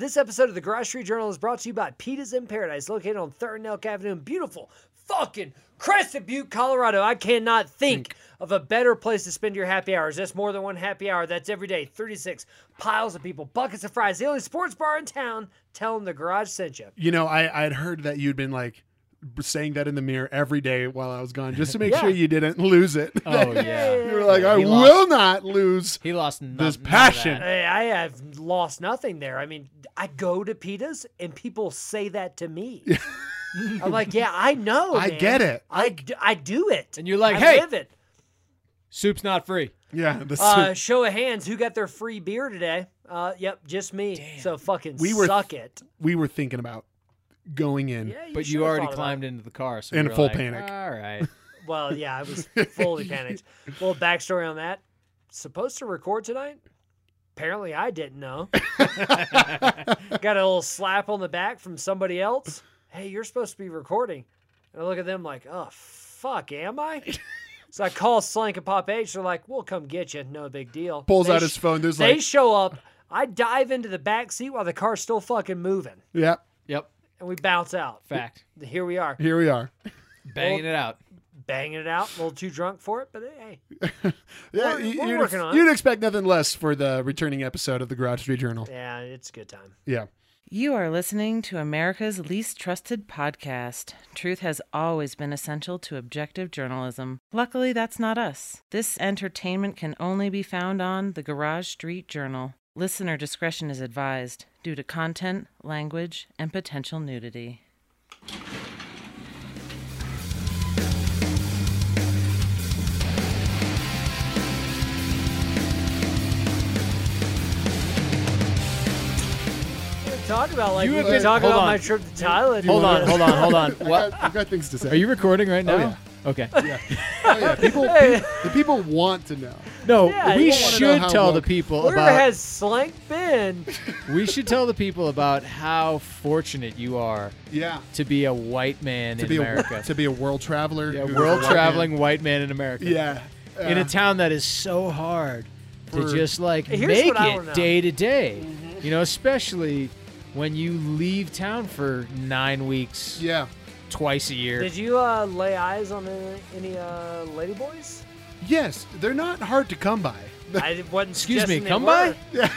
This episode of the Garage Street Journal is brought to you by Pitas in Paradise, located on Third and Elk Avenue in beautiful fucking Crested Butte, Colorado. I cannot think of a better place to spend your happy hours. That's more than one happy hour. That's every day. 36 piles of people, buckets of fries, the only sports bar in town. Tell them the Garage sent you. You know, I I'd heard that you'd been like saying that in the mirror every day while I was gone, just to make Yeah. sure you didn't lose it. Oh yeah. you were like, I He will lost- not lose. He lost no- This none of that. passion. Hey, I have lost nothing there. I mean, I go to Pitas and people say that to me. I'm like, yeah, I know. I man. get it. I, d- I do it. And you're like, I "Hey." live it. Soup's not free. Yeah, the Uh, soup. show of hands, who got their free beer today? Uh, yep, just me. So fucking We were- Mm. suck it. we were thinking about going in. Yeah, But should've you already thought about climbed into the car, so In we were full like, panic. All right. it. Well, yeah, I was fully panicked. Little backstory on that. Supposed to record tonight? Apparently, I didn't know. got a little slap on the back from somebody else. Hey, you're supposed to be recording. And I look at them like, oh, fuck, am I? So I call Slank and Pop H. They're like, we'll come get you. No big deal. Pulls They out his sh- phone. There's They like, show up. I dive into the back seat while the car's still fucking moving, yeah, Yep. and we bounce out. Fact. Here we are, here we are. Banging it out. banging it out. A little too drunk for it, but hey, Yeah, We're- you- we're you'd, working on it. you'd expect nothing less for the returning episode of the Garage Street Journal. yeah, it's a good time. Yeah. You are listening to America's least trusted podcast. Truth has always been essential to objective journalism. Luckily, that's not us. This entertainment can only be found on the Garage Street Journal. Listener discretion is advised due to content, language, and potential nudity. What are we talking about? Like You we have been been- talking hold about on. my trip to Thailand. Hold on, hold on, hold on. I've What? got, Uh, I've got things to say. Are you recording right now? yeah. Okay. Oh, yeah. people, Hey. people- the people want to know. No, Yeah, we yeah. Wanna know should how tell the woke- people Where about has Slank been? we should tell the people about how fortunate you are Yeah. to be a white man To in be America. a to be a world traveler. yeah, who's world walking- traveling white man in America. Yeah. in Uh, a town that is so hard For- to just like Here's make what I wanna know. Mm-hmm. it day to day. You know, especially when you leave town for nine weeks yeah. twice a year. Did you uh, lay eyes on any, any uh, ladyboys? Yes, they're not hard to come by. I wasn't. Excuse me, suggesting they come by? were.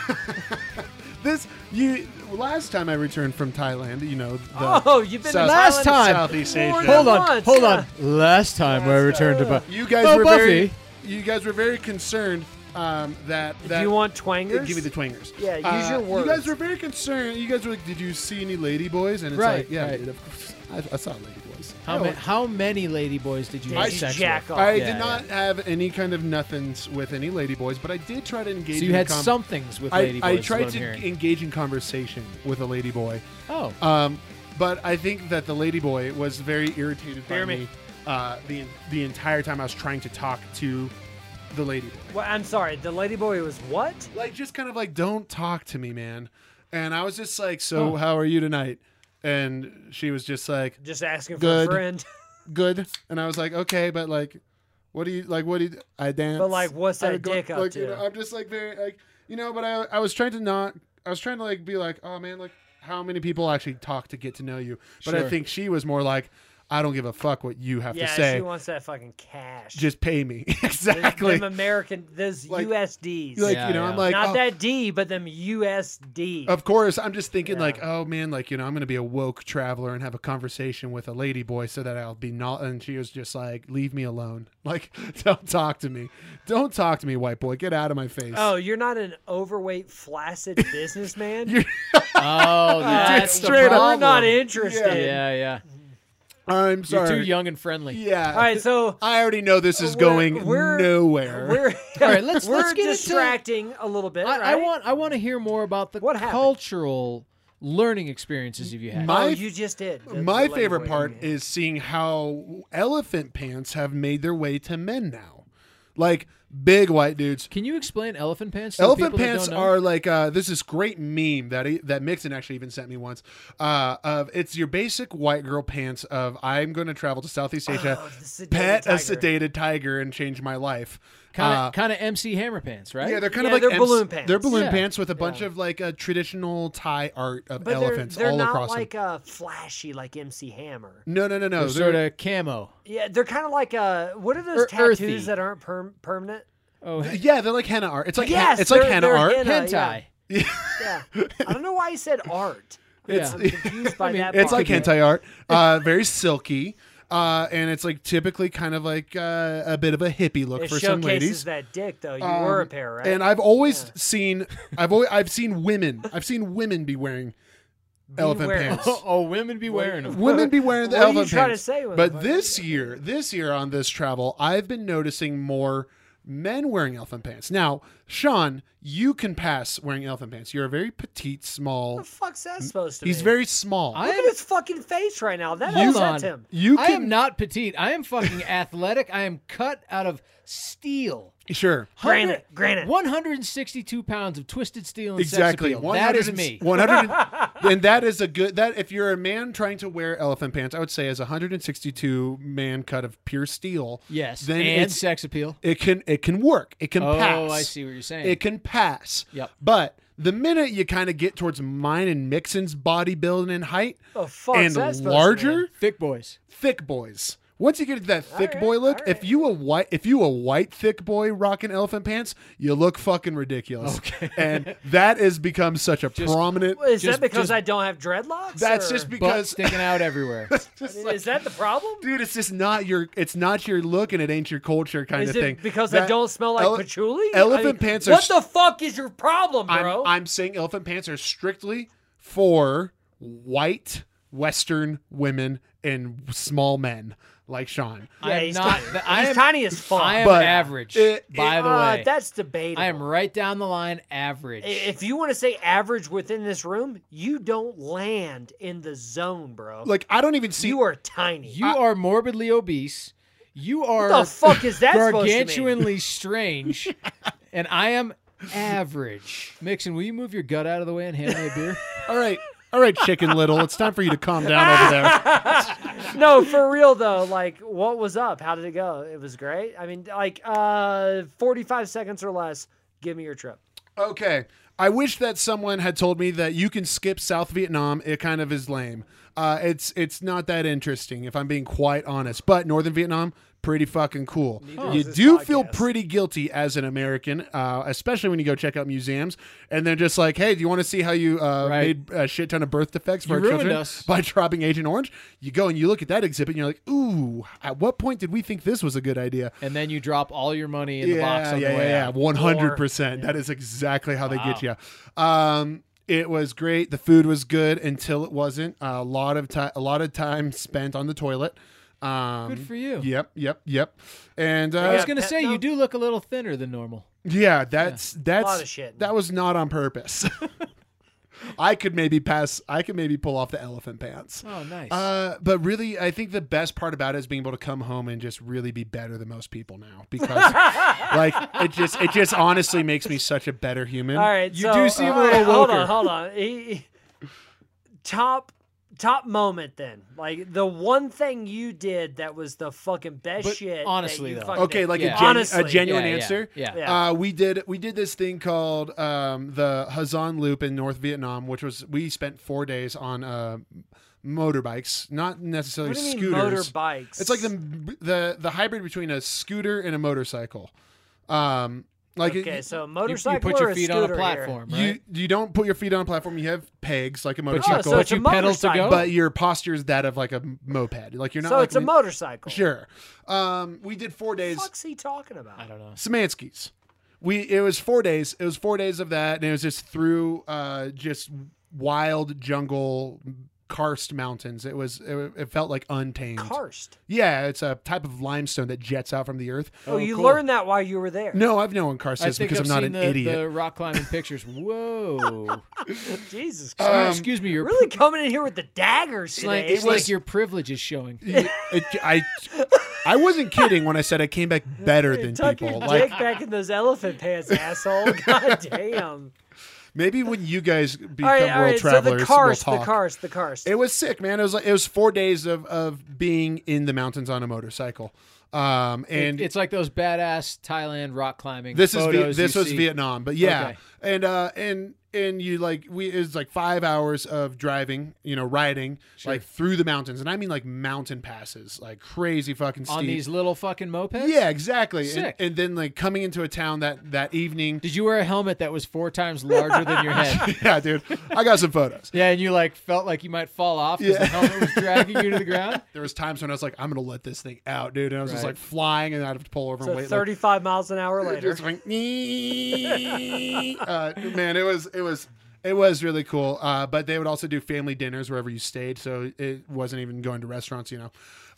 This you last time I returned from Thailand, you know. The Oh, you've been to South- Last Thailand? time. Southeast More Asia. than hold on, once, hold yeah. on. Last time I returned to Bu- You guys Oh, were very Buffy. you guys were very concerned um, that that Do you want twangers? give me the twangers. Yeah, use Uh, your words. You guys were very concerned. You guys were like, "Did you see any ladyboys?" And it's Right, like, "Yeah, right. dude, of course. I, I saw ladyboys." How, Hell, ma- how many ladyboys did you Did have you sex jack with? off? I Yeah, did not have any kind of nothings with any ladyboys, but I did try to engage. So you in had com- somethings with I, ladyboys. I is what tried I'm to hearing. engage in conversation with a ladyboy. oh, Um, but I think that the ladyboy was very irritated by Hear me. me, uh, the the entire time I was trying to talk to the ladyboy. Well, I'm sorry. The ladyboy was what? Like just kind of like don't talk to me, man. And I was just like, "So, how are you tonight?" And she was just like, Just asking for Good. a friend. "Good." And I was like, "Okay, but like what do you like what do you, I dance?" But, like, what's I that dick up like, you to? know, I'm just like very like, you know, but I I was trying to not I was trying to like be like, "Oh man, like how many people actually talk to get to know you?" But I Sure. think she was more like, "I don't give a fuck what you have yeah, to say. she wants that fucking cash. Just pay me." Them- exactly. Them American, those Like- USDs. like, Yeah, you know, yeah. I'm like, Uh, Not "Oh, that D, but them USD. Of course, I'm just thinking Yeah. like, oh man, like you know, I'm gonna be a woke traveler and have a conversation with a lady boy so that I'll be not. And she was just like, leave me alone, like don't talk to me, don't talk to me, white boy, get out of my face. oh, you're not an overweight, flaccid businessman? you're oh, that's the straight problem. up. not problem. interested. Yeah, yeah. I'm You're sorry. too young and friendly. Yeah. All right, so I already know this is We're- going we're- nowhere. we're, All right, let's- we're let's get into- distracting a little bit. I, I right? want I want to hear more about the What happened? cultural learning experiences you've had. My- oh, you just did. The- my the favorite ladyboy. part is seeing how elephant pants have made their way to men now. Like big white dudes. Can you explain elephant pants? To the Elephant people that pants don't know? are like uh, this is great meme that he, that Mixon actually even sent me once. Uh, of it's your basic white girl pants of I'm going to travel to Southeast Asia, Oh, the sedated pet a tiger. sedated tiger and change my life. kind of Uh, kind of MC Hammer pants, right? yeah, they're kind Yeah, of like they're MC balloon pants. They're balloon Yeah. pants with a bunch of like a traditional Thai art of But elephants they're, they're all not across like them. uh, flashy like MC Hammer. No, no, no, no. they're sort of camo. Yeah, they're kind of like uh, what are those Ear- tattoos earthy. that aren't per- permanent? Oh, they're- yeah, they're like henna art. It's like Yes, it's like they're- henna they're art. henna. hentai. yeah. Yeah, I don't know why he said art. It's- I'm confused by I mean, that. It's part. like hentai art, uh, very silky, uh, and it's like typically kind of like uh, a bit of a hippie look It for showcases some ladies. that dick though. You were a Um, pair, right? And I've always seen, I've always, I've seen women, I've seen women be wearing elephant wearing- pants. Oh, oh, women be wearing them. Women be wearing the What are you elephant trying to pants. say with but that? this year, this year on this travel, I've been noticing more men wearing elephant pants. Now, Sean, you can pass wearing elephant pants. You're a very petite, small. what the fuck's that supposed to be? He's very small. I Look at am- his fucking face right now. That Hold upsets on. him. you I am can not petite. I am fucking athletic. I am cut out of steel. sure. Granite, 100 granite. 162 pounds of twisted steel and Exactly. sex appeal. That is 100 me. One hundred, and that is a good. That if you're a man trying to wear elephant pants, I would say is a hundred and sixty-two man cut of pure steel. Yes. Then and it's, sex appeal. it can it can work. It can Oh, pass. I see what you're saying. It can pass. Yep. But the minute you kind of get towards mine and Mixon's bodybuilding and height, The fuck's and that supposed to larger, mean? Thick boys. thick boys. Once you get to that thick right, boy look, all if right. you a white if you a white thick boy rocking elephant pants, you look fucking ridiculous. Okay. and that has become such a prominent Well, Is Just- that because just- I don't have dreadlocks? That's or- just Butt because sticking out everywhere. I mean, is that the problem? dude, it's just not your it's not your look and it ain't your culture kind Is of it thing. because I That- don't smell like ele- patchouli? elephant I mean, pants are What s- the fuck is your problem, I'm, bro? I'm saying elephant pants are strictly for white Western women and small men like Sean. yeah, I'm he's not. tiny. th- I he's am, tiny as fuck. I am But- average. It- by the Uh, way, that's debatable. I am right down the line average. I- If you want to say average within this room, you don't land in the zone, bro. Like I don't even see you are tiny. Ah, you are morbidly obese. You are what the fuck is that supposed to mean? gargantuanly strange, and I am average. Mixon, will you move your gut out of the way and hand me a beer? All right. All right, Chicken Little. It's time for you to calm down over there. no, for real though. Like, what was up? How did it go? It was great. I mean, like, uh, forty-five seconds or less. Give me your trip. Okay. I wish that someone had told me that you can skip South Vietnam. It kind of is lame. Uh, it's it's not that interesting if I'm being quite honest. But Northern Vietnam, pretty fucking cool. You is this do feel podcast. pretty guilty as an American, uh, especially when you go check out museums and they're just like, "Hey, do you want to see how you uh, Right. made a shit ton of birth defects for You our ruined children us." by dropping Agent Orange?" You go and you look at that exhibit and you're like, "Ooh, at what point did we think this was a good idea?" and then you drop all your money in the box on yeah, the way yeah, out. one hundred percent. That is exactly how they get you. Um, it was great. The food was good until it wasn't. a lot of time, a lot of time spent on the toilet. Um, Good for you. Yep, yep, yep. And Yeah, I was uh, good. gonna pet- say no. you do look a little thinner than normal. yeah, that's that's Lot of shit. that was not on purpose. I could maybe pass. I could maybe pull off the elephant pants. Oh, nice. Uh, but really, I think the best part about it is being able to come home and just really be better than most people now because, like, it just it just honestly makes me such a better human. All right, You so, do seem a all right, little Hold woker. on, hold on. He- he- top, top moment then. Like the one thing you did that was the fucking best But shit. that honestly, you though. fucking Okay, did. like Yeah. a, genu- Honestly. a genuine Yeah, yeah, answer. yeah. Yeah. Uh, we did we did this thing called um, the Hazan Loop in North Vietnam, which was we spent four days on uh, motorbikes, not necessarily What do you mean scooters. motorbikes? It's like the the the hybrid between a scooter and a motorcycle. Um, like it- okay, so you, motorcycle you put your or a feet on a scooter here? platform, You right? you don't put your feet on a platform. You have pegs like a motorcycle, Oh, so it's you a pedal to motorcycle. go? but your posture is that of like a m- moped. Like you're not. so like it's a lean- motorcycle. Sure. Um, we did four What days. the fuck's he talking about? I don't know. Samansky's. We it was four days. It was four days of that, and it was just through uh, just wild jungle karst mountains. It was it, it felt like untamed. Karst. Yeah, it's a type of limestone that jets out from the earth. Oh, you cool. learned that while you were there. No, I've known karst I is think because I've I'm not seen an the, idiot. the rock climbing pictures. Whoa! Jesus All Christ. right, excuse me. Your really coming in here with the daggers slang, today. it's like your privilege is showing. It- I I wasn't kidding when I said I came back better than Tuck people. your Like dick back in those elephant pants, asshole. God damn. maybe when you guys become All right, all world right. So travelers, the karst, we'll the talk. karst, the karst. It was sick, man. It was like, it was four days of of being in the mountains on a motorcycle. Um, and it's like those badass Thailand rock climbing. this is Vi- photos this you was see. Vietnam, but yeah, Okay. and uh, and and you like we it was like five hours of driving, you know, riding like through the mountains, and I mean like mountain passes, like crazy fucking steep. on these little fucking mopeds. yeah, exactly. And- Sick. And, then like coming into a town that that evening. Did you wear a helmet that was four times larger than your head? Yeah, dude, I got some photos. Yeah, and you like felt like you might fall off because Yeah. the helmet was dragging you to the ground. There was times when I was like, I'm gonna let this thing out, dude, and I was just Right. like flying, and I'd have to pull over so and wait. like, 35 miles an hour later. Just like, uh, man, it was it was it was really cool. Uh, but they would also do family dinners wherever you stayed, so it wasn't even going to restaurants. You know,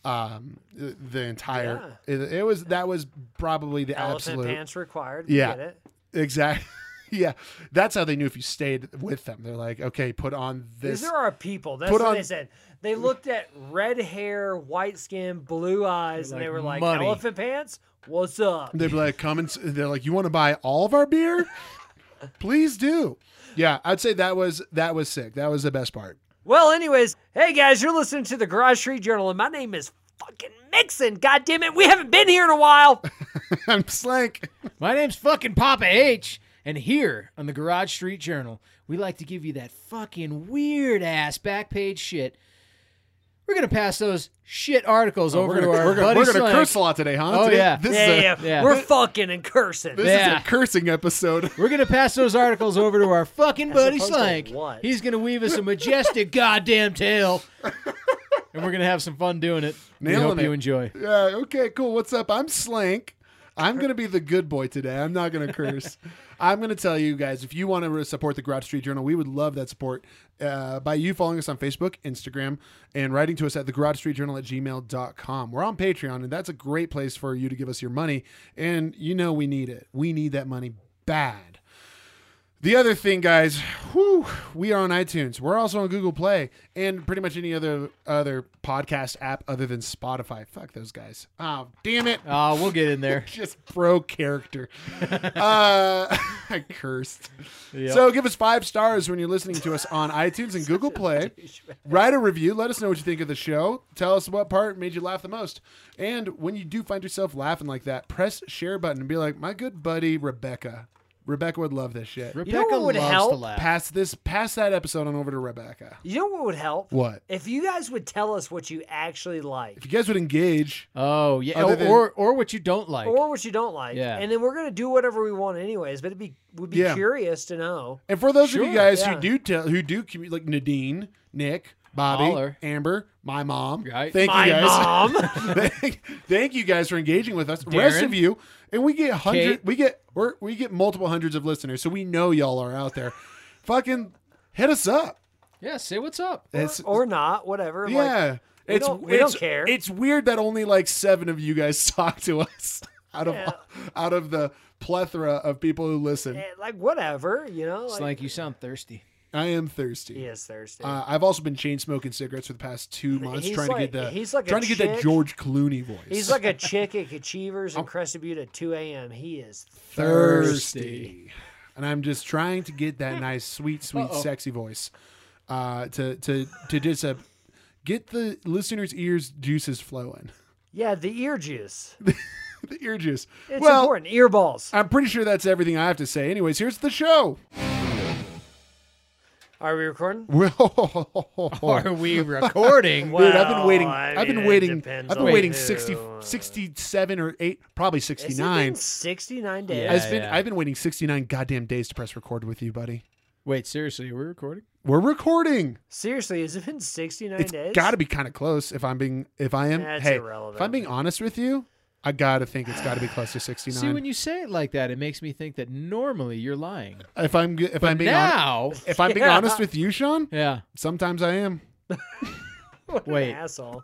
um, the the entire it, it was that was probably the Elephant absolute pants required. We Yeah. Get it. exact. yeah, that's how they knew if you stayed with them. They're like, okay, put on this. These are our people. That's Put what on- they said. They looked at red hair, white skin, blue eyes, and they like, were like, "Money." elephant pants? What's up? They'd be like, come and s- they're like, you want to buy all of our beer? Please do. Yeah, I'd say that was that was sick. That was the best part. Well, anyways, hey guys, you're listening to the Garage Street Journal, and my name is fucking Mixon. God damn it, we haven't been here in a while. I'm slank. My name's fucking Papa H, and here on the Garage Street Journal, we like to give you that fucking weird ass back page shit. We're gonna pass those shit articles over Oh, we're to gonna, our we're gonna, buddy we're gonna Slank. curse a lot today, huh? Oh, Today- yeah. this yeah, is a, yeah, yeah. We're fucking and cursing. This Yeah. is a cursing episode. We're gonna pass those articles over to our fucking buddy opposed to Slank. what? He's gonna weave us a majestic goddamn tale, and we're gonna have some fun doing it. we Nailing hope you it. enjoy. Yeah. Okay. Cool. What's up? I'm Slank. I'm gonna be the good boy today. I'm not gonna curse. I'm gonna tell you guys if you want to support the Garage Street Journal, we would love that support uh, by you following us on Facebook, Instagram, and writing to us at the Garage Street Journal at gmail.com. We're on Patreon, and that's a great place for you to give us your money. And you know we need it. We need that money bad. The other thing, guys, whew, we are on iTunes. We're also on Google Play and pretty much any other other podcast app other than Spotify. Fuck those guys. Oh, damn it. Ah, we'll get in there. Just pro character. uh, I cursed. Yep. So give us five stars when you're listening to us on iTunes and Google Play. Write a review. Let us know what you think of the show. Tell us what part made you laugh the most. And when you do find yourself laughing like that, press share button and be like, my good buddy Rebecca. Rebecca would love this shit. Rebecca know what would loves to help? laugh. pass this pass that episode on over to Rebecca. You know what would help? What? If you guys would tell us what you actually like If you guys would engage, oh yeah, Other or, than- or or what you don't like. or what you don't like. Yeah. And then we're going to do whatever we want anyways, but it'd be we'd be Yeah. curious to know. and for those of Sure, you guys yeah. who do tell who do commu- like Nadine, Nick, Bobby, Holler. Amber, my mom, Right. thank My you guys, mom. thank, thank you guys for engaging with us. Rest Darren. of you, and we get hundred, Kate. we get we're, we get multiple hundreds of listeners, so we know y'all are out there. Fucking hit us up. yeah, say what's up. It's, or not, whatever. like, yeah, we it's don't- we it's- don't care. It's weird that only like seven of you guys talk to us out of Yeah. out of the plethora of people who listen. eh, like whatever, you know. Like, Slank, you sound thirsty. I am thirsty. he is thirsty. Uh, I've also been chain smoking cigarettes for the past two months, He's trying like- to get that. he's like a trying to get that chick. George Clooney voice. He's like a chick at Achievers Oh. in Crested Butte at 2 a.m. He is. thirsty, and I'm just trying to get that nice, sweet, sweet, sexy voice uh, to to to just uh, get the listeners' ears juices flowing. Yeah, the ear juice. the ear juice. It's well, uh, important. Ear balls. I'm pretty sure that's everything I have to say. Anyways, here's the show. Are we recording? Dude, Are we recording? I've been Well, waiting. I mean, have been it waiting. I've depends been on waiting who. 60, 67 or eight, probably Has sixty it been nine. 69 days. Yeah. I've been I've been waiting 69 goddamn days to press record with you, buddy. Wait, seriously, we're recording? We're recording. Seriously, has it been 69 It's days? got to be kind of close if I'm being if I am That's hey, irrelevant. if I'm being honest with you, I got to think it's got to be close to See, 69. when you say it like that, it makes me think that normally you're lying. if I'm g- if I'm being hon- now, if I'm being Yeah. honest with you, Sean, yeah, sometimes I am. What an Wait. asshole.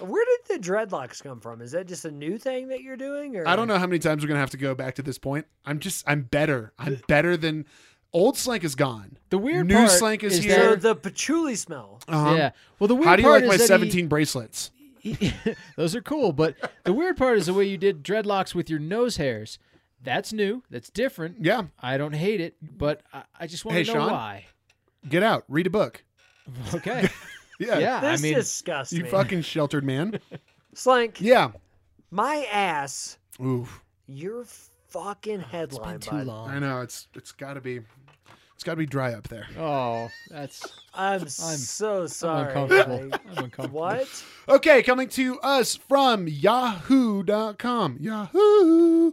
Where did the dreadlocks come from? Is that just a new thing that you're doing? Or I don't know how many times we're going to have to go back to this point. I'm just I'm better. I'm better than old slank is gone. the weird New part slank is is here. So that- the patchouli smell. Uh-huh. yeah. Well, the weird How do you like part is my that 17 bracelets? he- Those are cool, but the weird part is the way you did dreadlocks with your nose hairs. That's new. That's different. Yeah, I don't hate it, but I, I just want Hey, to know Sean? why. get out, read a book. Okay. Yeah, yeah, I This mean, disgusts you me. fucking sheltered man. Slank, Yeah, my ass, oof. your fucking headline. Ah, it's been too bud. long. I know it's it's got to be it's got to be dry up there. Oh, that's I'm, so I'm sorry. uncomfortable. like, I'm uncomfortable. what? Okay, coming to us from yahoo.com. Yahoo.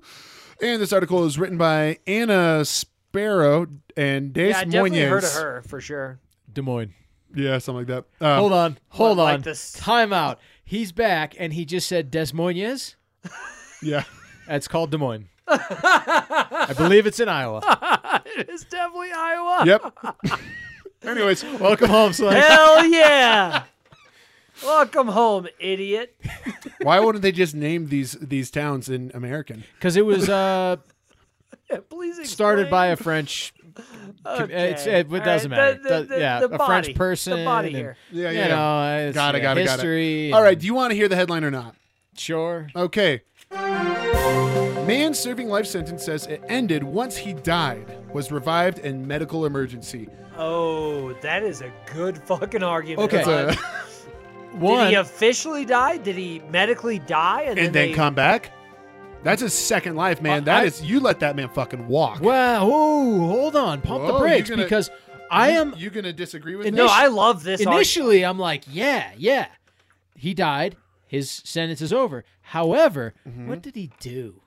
And this article is written by Anna Sparrow and Des Yeah, I definitely Moines. heard of her for sure. Des Moines. Yeah, something like that. Um, Hold on. Hold like on. this- Time out. He's back, and he just said Des Moines. Yeah. That's called Des Moines. I believe it's in Iowa. it is definitely Iowa. Yep. Anyways, Welcome home, son. Hell yeah. Welcome home, idiot. why wouldn't they just name these these towns in American? Because it was uh, Please explain. started by a French. com- Okay. uh, it's- it- it All doesn't matter. The, the, Does- yeah, the a French body. person The body and- here. Yeah, you know, it's, Got it, got yeah, it, got it. history. All right, and- do you want to hear the headline or not? Sure. Okay. Man serving life sentence says it ended once he died, was revived in medical emergency. Oh, that is a good fucking argument. Okay. Uh, That's Did One. he officially die? Did he medically die? And, and then they, come back. That's his second life, man. I- That is you let that man fucking walk. wow. Whoa, hold on. Pump Whoa, the brakes you're gonna- because I am You gonna disagree with And me? No, I love this argument. initially I'm like, yeah, yeah. He died. His sentence is over. However, what did he do?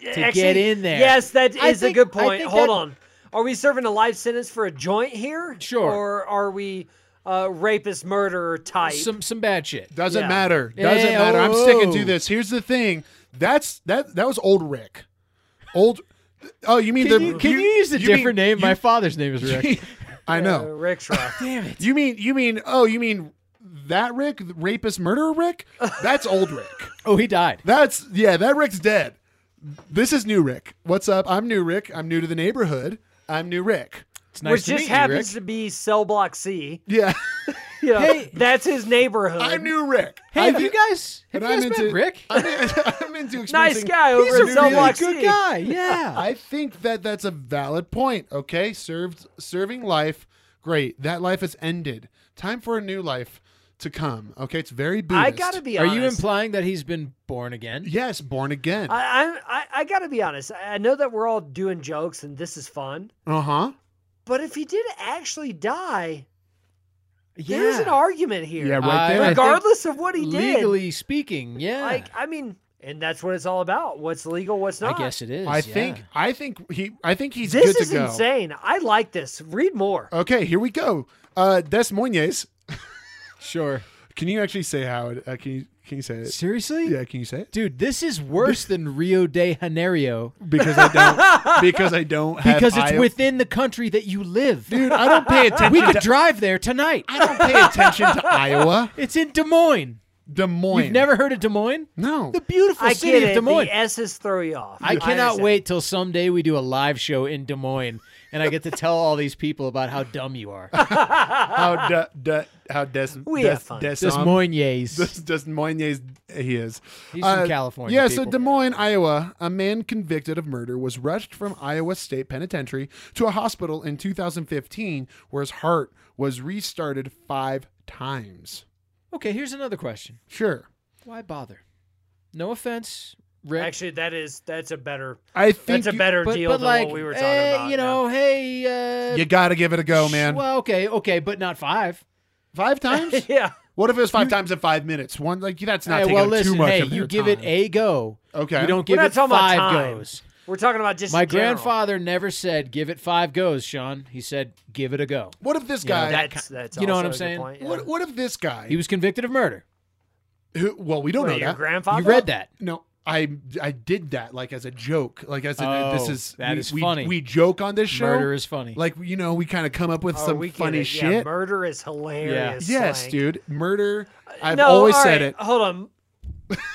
to Actually, get in there. Yes, that I is think- a good I point. think Hold that- on. Are we serving a life sentence for a joint here? Sure. Or are we uh, rapist murderer type? Some some bad shit. Doesn't Yeah. matter. Doesn't Yeah, matter. I'm sticking to whoa. this. Here's the thing. That's that. That was old Rick. Old. Oh, you mean Can the? you, can you, use a you mean- different name? you- My father's name is Rick. I Uh, know. Rick's rough. Damn it. You mean you mean oh you mean that Rick the rapist murderer Rick? That's old Rick. Oh, he died. That's yeah. That Rick's dead. This is new Rick. What's up? I'm new Rick. I'm new to the neighborhood. I'm new Rick. It's nice Which to just meet happens you, to be cell block C. Yeah. You know, Hey. that's his neighborhood. I'm new Rick. Rick. Hey, I- have you guys, have and you I'm guys met into Rick? I'm, I'm into nice experiencing- guy over He's at a new cell really block good C. guy. Yeah. I think that that's a valid point. Okay, served serving life, great. That life has ended. Time for a new life to come. Okay, it's very Buddhist. I gotta be Are honest. you implying that he's been born again? yes, born again. I, I I- I gotta be honest. I I know that we're all doing jokes and this is fun, Uh huh. but if he did actually die, Yeah. there's an argument here. Yeah, right I- there. I- regardless of what he did. Legally speaking, yeah. Like, I mean, and that's what it's all about. What's legal, what's I not. guess it is. I yeah. think I think he I think he's This good is to go. insane. I like this. Read more. Okay, here we go. Uh, Des Moines. Sure. Can you actually say how? It, uh, can you can you say it? Seriously? Yeah, can you say it? Dude, this is worse than Rio de Janeiro Because I don't. because I don't. Have because it's Iowa- within the country that you live. Dude, I don't pay attention. we could drive there tonight. I don't pay attention to Iowa. It's in Des Moines. Des Moines. You've never heard of Des Moines? No. The beautiful I city get of it. Des Moines. The S's throw you off. I cannot understand. wait till someday we do a live show in Des Moines and I get to tell all these people about how dumb you are. how de, de, how des We des, have fun. des, Des um, Moines. Des, Des Moines he is. Uh, He's from California, Yeah, so people. Des Moines, Iowa, a man convicted of murder was rushed from Iowa State Penitentiary to a hospital in 2015 where his heart was restarted 5 times. Okay, here's another question. Sure. Why bother? No offense, Rick. Actually, that is that's a better I think that's a you- better but, deal but than like, what we were talking eh, about. you know, yeah. hey, uh, you got to give it a go, man. Well, okay, okay, but not five. 5 times? yeah. What if it was 5 times in 5 minutes? One like that's not Hey, taking well, up listen, too much hey, of you your give it time. a go. Okay. You don't We're give not it talking about five time. goes. We're talking about just My in general. grandfather never said give it five goes, Sean. He said give it a go. What if this know, guy That's that's You know what also I'm a good saying? Point. yeah. what, what if this guy He was convicted of murder. Who, well, we don't Wait, know your that. grandfather. You read that. no, I I did that like as a joke, like as in Oh, this is that we, is we- funny. We, joke on this show, Murder is funny. like you know we kind of come up with Oh, some we get funny it. Yeah, shit. murder is hilarious. yes, slang. Uh, dude, murder. I've No, always all said right, it. Uh, Hold on.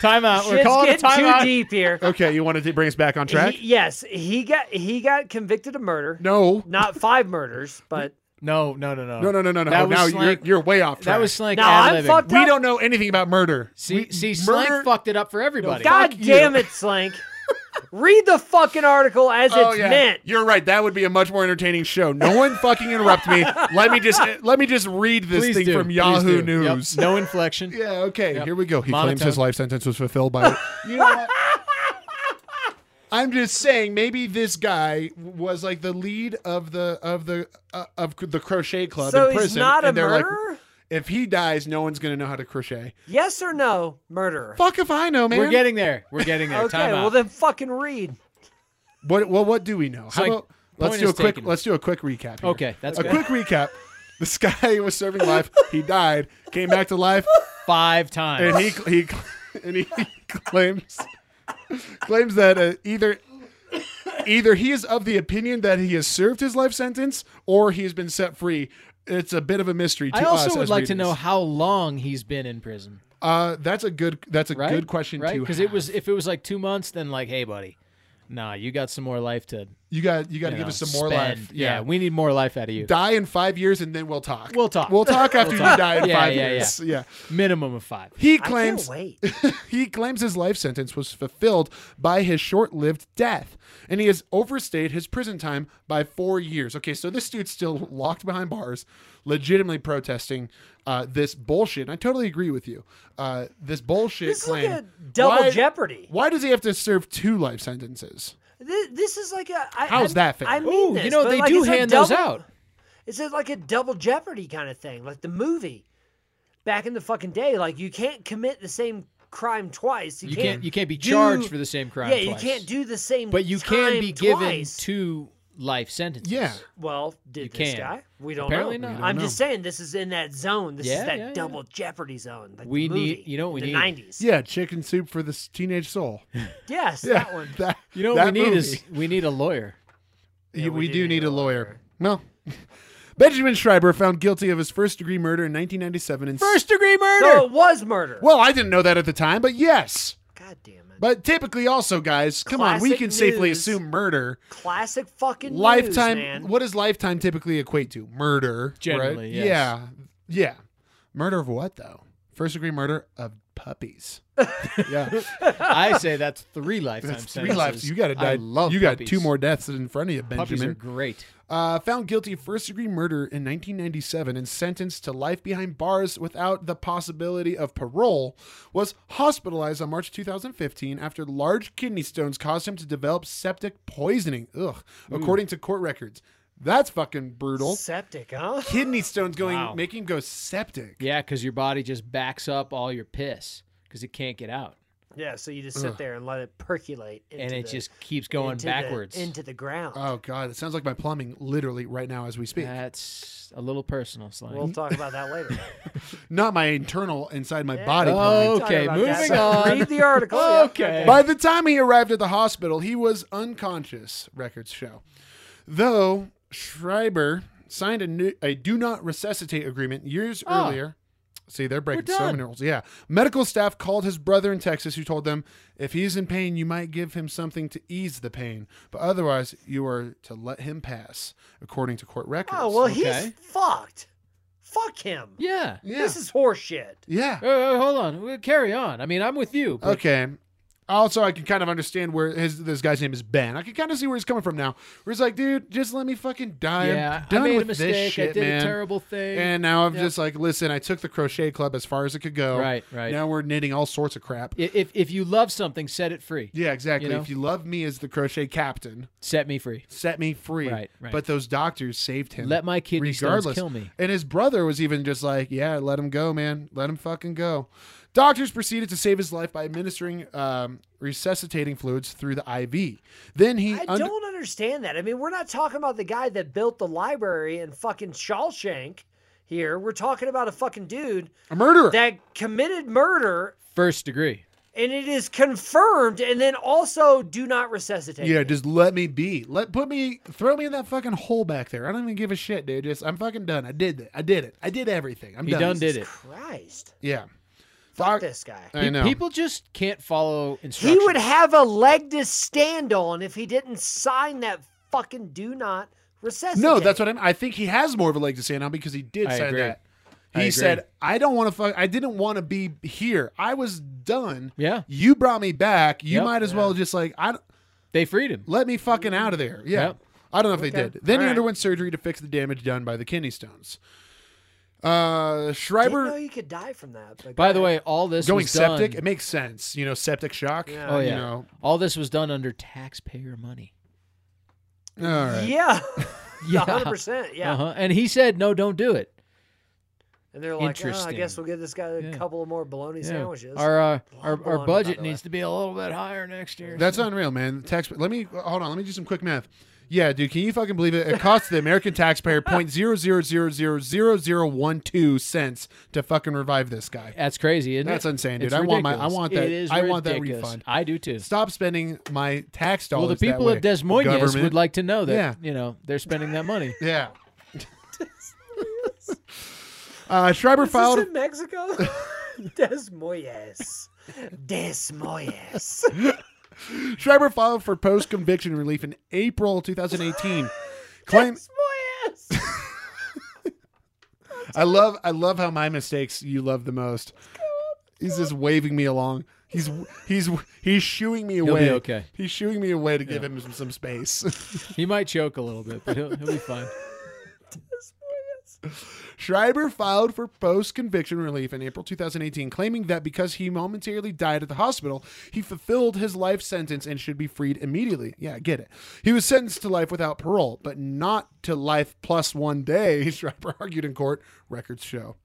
timeout. We're Shit's calling a getting too timeout. deep here. Okay, you wanted to bring us back on track? He- yes, he got he got convicted of murder. no, Not five murders, but No, no, no, no. No, no, no, no, no. That was now Slank- you're, you're way off track. That was Slank No, I'm ad-libbing. fucked We don't know anything about murder. See, We- see, Slank murder- fucked it up for everybody. God Fuck you. damn it, Slank. Read the fucking article as Oh it's yeah, meant. you're right. That would be a much more entertaining show. No one fucking interrupt me. Let me just let me just read this Please thing do. from Please Yahoo do. Yep. News. No inflection. Yeah, okay. Here we go. He claims Monotone. his life sentence was fulfilled by. you know what? I'm just saying, maybe this guy was like the lead of the of the uh, of the crochet club so in prison. he's not a and they're like, murderer? if he dies, no one's gonna know how to crochet. yes or no, murderer? Fuck if I know, man. We're getting there. We're getting there. okay, Time well out. then fucking read. What well, what do we know? How like, about let's point do a is quick taken. let's do a quick recap. Here. Okay, that's a good. quick recap. This guy was serving life. He died, came back to life, Five times. and he he and he claims claims that uh, either either he is of the opinion that he has served his life sentence or he has been set free. It's a bit of a mystery. To I us also would as like to know readers. how long he's been in prison. Uh, that's a good that's a Right? good question right? too. Because it was if it was like two months, then like, hey, buddy, nah, you got some more life to. you got you got to you give know, us some more spend. life. Yeah. we need more life out of you. die in five years and then we'll talk. We'll talk. We'll talk after We'll you talk. die in Yeah, five yeah, years. Yeah. Minimum of five. He I claims can't wait. he claims his life sentence was fulfilled by his short-lived death, and he has overstayed his prison time by four years. Okay, so this dude's still locked behind bars, legitimately protesting uh, this bullshit. And I totally agree with you. Uh, this bullshit This is like claim. a double Why- jeopardy. Why does he have to serve two life sentences? Thi- This is like a. I, How's I- that fair? I mean Ooh, this, you know but, they like, do it's a hand those double- out. It's a- like a double jeopardy kind of thing, like the movie back in the fucking day. Like you can't commit the same crime twice. You, You can't you can't be do- charged for the same crime. Yeah, you twice. can't do the same. But you can time be given twice. two life sentences. Yeah. Well, did You this can. guy? We don't Apparently know. not. We don't I'm know. just saying this is in that zone. This Yeah, is that yeah, yeah. double jeopardy zone. Like We the movie, need- you know what we the need? 90s. Yeah, chicken soup for the s- teenage soul. Yes, Yeah, that one. that- You know what that we need movie. is we need a lawyer. Yeah, we, do, need a lawyer. Well, Benjamin Schreiber found guilty of his first degree murder in 1997. And First degree murder. So it was murder. well, I didn't know that at the time, but yes. God damn it. But typically, also, guys, come on, we Classic can safely news. assume murder. Classic fucking news, lifetime. man. What does lifetime typically equate to? Murder. Generally, right? yes. yeah, yeah. Murder of what though? First degree murder of puppies. yeah, I say that's three lifetime that's three sentences. lives. You got to I die. love you got puppies. two more deaths in front of you, Benjamin. Puppies are great. uh, found guilty of first degree murder in 1997 and sentenced to life behind bars without the possibility of parole, was hospitalized on March 2015 after large kidney stones caused him to develop septic poisoning. Ugh, Hmm. according to court records. That's fucking brutal. Septic, huh? Kidney stones going, Wow. making him go septic. Yeah, because your body just backs up all your piss because it can't get out, Yeah, so you just sit there and let it percolate, into and it the- just keeps going into the- backwards. into the ground. Oh god, it sounds like my plumbing literally right now as we speak. That's a little personal, slang. we'll talk about that later. Not my internal inside my Yeah, body Oh, we'll plumbing. talk Okay, about moving that. So on. Read the article. yeah. Okay. By the time he arrived at the hospital, he was unconscious, records show. Though Schreiber signed a, new, a do not resuscitate agreement years Ah. earlier. See, they're breaking We're so done. many rules. Yeah. Medical staff called his brother in Texas, who told them, if he's in pain, you might give him something to ease the pain. But otherwise, you are to let him pass, according to court records. Oh well, Okay. he's fucked. Fuck him. yeah. yeah. This is horseshit. yeah. Uh, hold on. We'll carry on. I mean, I'm with you. But Okay. Also, I can kind of understand where his this guy's name is Ben. I can kind of see where he's coming from now. Where he's like, dude, just let me fucking die. I'm yeah, I done made a with mistake. This shit, I did man. a terrible thing. And now I'm Yep. just like, listen, I took the crochet club as far as it could go. Right, right. Now we're knitting all sorts of crap. I- if if you love something, set it free. Yeah, exactly. You know? If you love me as the crochet captain, Set me free. set me free. Right, right. But those doctors saved him. Let my kidney stones regardless. kill me. And his brother was even just like, yeah, let him go, man. Let him fucking go. Doctors proceeded to save his life by administering um, resuscitating fluids through the IV. Then he. I und- don't understand that. I mean, we're not talking about the guy that built the library in fucking Shawshank. Here, we're talking about a fucking dude a murderer. that committed murder, First degree. and it is confirmed, and then also do not resuscitate. yeah, me. just let me be. Let put me throw me in that fucking hole back there. I don't even give a shit, dude. Just I'm fucking done. I did it. I did it. I did everything. I'm He done. done did it. Uh, Christ, Yeah. fuck Doc- this guy. I Pe- know. People just can't follow He instructions. would have a leg to stand on if he didn't sign that fucking do not Resuscitate. No, that's what I'm. I think he has more of a leg to stand on because he did I say agree. that. He I agree. said, "I don't want to fuck. I didn't want to be here. I was done. Yeah. you brought me back. You Yep. might as well just like I don't- They freed him. let me fucking out of there. Yeah, Yep. I don't know if they Okay. did. Then All he right. underwent surgery to fix the damage done by the kidney stones. Uh, I didn't know Schreiber you could die from that. But By go the ahead. way, all this going was done- septic. It makes sense. You know, septic shock. Yeah. Oh yeah, You know. all this was done under taxpayer money. All right. yeah, Yeah. hundred percent, yeah. Uh-huh. And he said, "No, don't do it." And they're like, oh, I Interesting. guess we'll give this guy a Yeah. couple of more bologna Yeah. sandwiches. Our uh, Bologna, our, by our the budget way. needs to be a little bit higher next year. That's unreal, man. The tax. Let me hold on. Let me do some quick math. Yeah, dude, can you fucking believe it? It costs the American taxpayer point zero zero zero zero zero zero one two cents to fucking revive this guy. that's crazy, isn't That's it? insane, dude. It's I want my- I ridiculous. want that- It is I want that ridiculous. refund. I do too. Stop spending my tax dollars. Well, the that people way. of Des Moines Government. would like to know that Yeah. you know they're spending that money. Yeah. uh, Schreiber Is this filed. in Mexico? Des Moines. Des Moines. Schreiber filed for post-conviction relief in April 2018. Claim. Des Moines. I love. I love how my mistakes you love the most. He's just waving me along. He's he's he's shooing me be away. okay. He's shooing me away to give him some, some space. he might choke a little bit, but he'll, he'll be fine. Schreiber filed for post conviction relief in April 2018, claiming that because he momentarily died at the hospital, he fulfilled his life sentence and should be freed immediately. Yeah, I get it. He was sentenced to life without parole, but not to life plus one day, Schreiber argued in court, records show.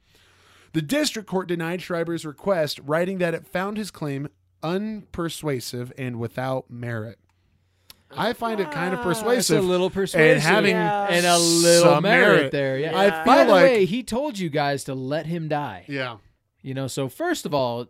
The district court denied Schreiber's request, writing that it found his claim unpersuasive and without merit. I find it kind of That's a persuasive. little persuasive and having Yeah. and a little some merit, merit. there. Yeah. I Yeah. feel By the like way, he told you guys to let him die. yeah. You know, so first of all,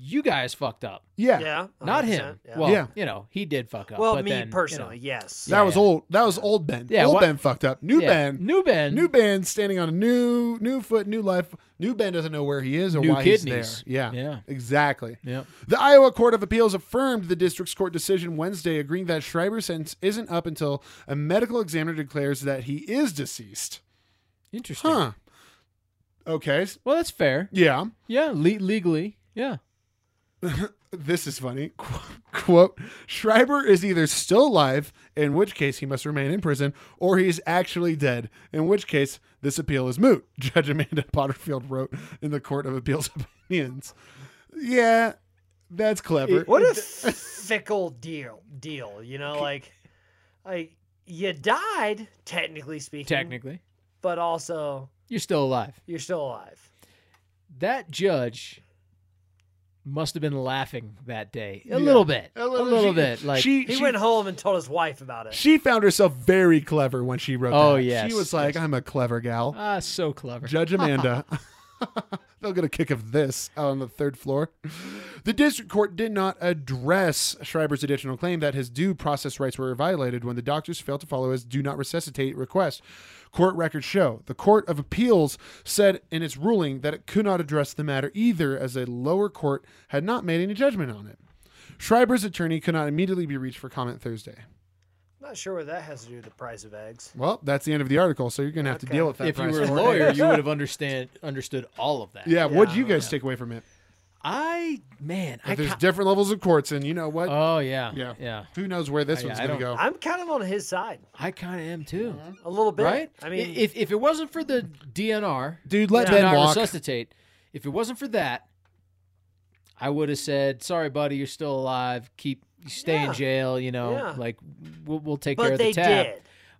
you guys fucked up. Yeah. Yeah. Not 100%, him. Yeah. Well, Yeah. you know, he did fuck up. Well, but me then, you know. personally, yes. That Yeah, was yeah. old. That was old Ben. Yeah, old wha- Ben fucked up. New Yeah. Ben. New Ben. New Ben standing on a new new foot, new life. New Ben doesn't know where he is or New why kidneys. he's there. Yeah. Yeah. Exactly. Yep. The Iowa Court of Appeals affirmed the district's court decision Wednesday, agreeing that Schreiber's sentence isn't up until a medical examiner declares that he is deceased. Interesting. Huh. Okay. s- Well, that's fair. Yeah. Yeah, le- legally. Yeah. This is funny. Quote Schreiber is either still alive, in which case he must remain in prison, or he's actually dead, in which case this appeal is moot, Judge Amanda Potterfield wrote in the Court of Appeals Opinions. Yeah, that's clever. What a fickle deal. Deal. You know, like, like you died, technically speaking. Technically, But also, you're still alive. you're still alive. That judge must have been laughing that day a Yeah. little bit. A A little, little- she- bit. Like she, He she, went home and told his wife about it. she found herself very clever when she wrote Oh, that. yes, She was like, yes. I'm a clever gal. ah, so clever. Judge Amanda. They'll get a kick of this out on the third floor. The district court did not address Schreiber's additional claim that his due process rights were violated when the doctors failed to follow his do not resuscitate request. Court records show the Court of Appeals said in its ruling that it could not address the matter either, as a lower court had not made any judgment on it. Schreiber's attorney could not immediately be reached for comment Thursday. Not sure what that has to do with the price of eggs. Well, that's the end of the article, so you're going to have to Okay. deal with that. if you price were a for it. lawyer, you would have understand understood all of that. yeah, what'd you Yeah. guys take away from it? I man, I But there's ca- different levels of courts, and you know what? oh yeah, yeah, yeah. Who knows where this yeah, one's I gonna go? I'm kind of on his side I kind of am too. a little bit. Right? I mean, if if it wasn't for the DNR, Dude, let Yeah. did Ben not walk. resuscitate, if it wasn't for that, I would have said, "Sorry, buddy, you're still alive. Keep stay Yeah. in jail. You know, Yeah. like we'll, we'll take care but of they the tab." did.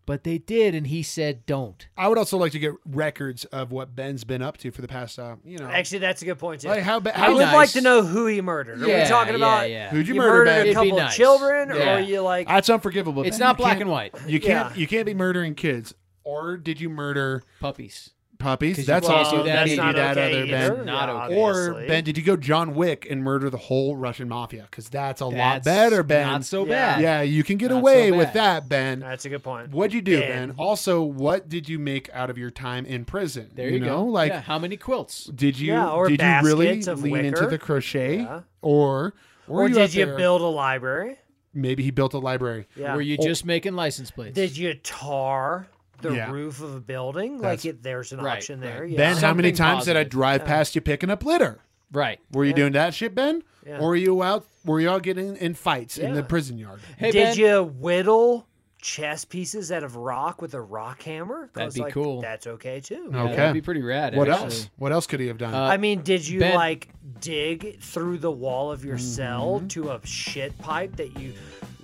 But they did, and he said, "Don't." I would also like to get records of what Ben's been up to for the past, uh, you know, Actually, that's a good point too. like how ba- I how would nice. like to know who he murdered. Are we Yeah, talking about yeah, yeah. who'd you, you murder? murdered a Ben? It'd be couple nice. of children, Yeah. or you like? That's unforgivable. It's Ben. not You black can't- and white. You can't Yeah. you can't be murdering kids, or did you murder Puppies. puppies? 'Cause That's you can't also do that you either. do that okay other either, Ben. Not yeah, okay. Or obviously. Ben, did you go John Wick and murder the whole Russian mafia? Because that's a lot That's better, Ben. Not so Yeah. bad. yeah, you can get Not so away with bad. that, Ben. That's a good point. What'd you do, Ben. Ben? Also, what did you make out of your time in prison? There you, know, go. like yeah, how many quilts? did you Yeah, or did you really baskets of lean into wicker. the crochet, Yeah. or were Or you out did you there- build a library? maybe he built a library. Yeah. Were you Oh. just making license plates? Did you tar the Yeah. roof of a building? That's- like it, there's an Right, option right. there. Yeah. Ben, how many Something times did I positive. drive past you picking up litter? right. Were you doing that shit, Ben? Yeah. Or were you out? Were you all getting in fights in the Yeah. prison yard? Hey, Did Ben. you whittle chess pieces out of rock with a rock hammer? 'Cause, That'd be like, cool. That's okay too. Yeah, Okay. That'd be pretty rad. What actually. else? What else could he have done? Uh, I mean, did you Ben- Mm-hmm. like dig through the wall of your cell to a shit pipe that you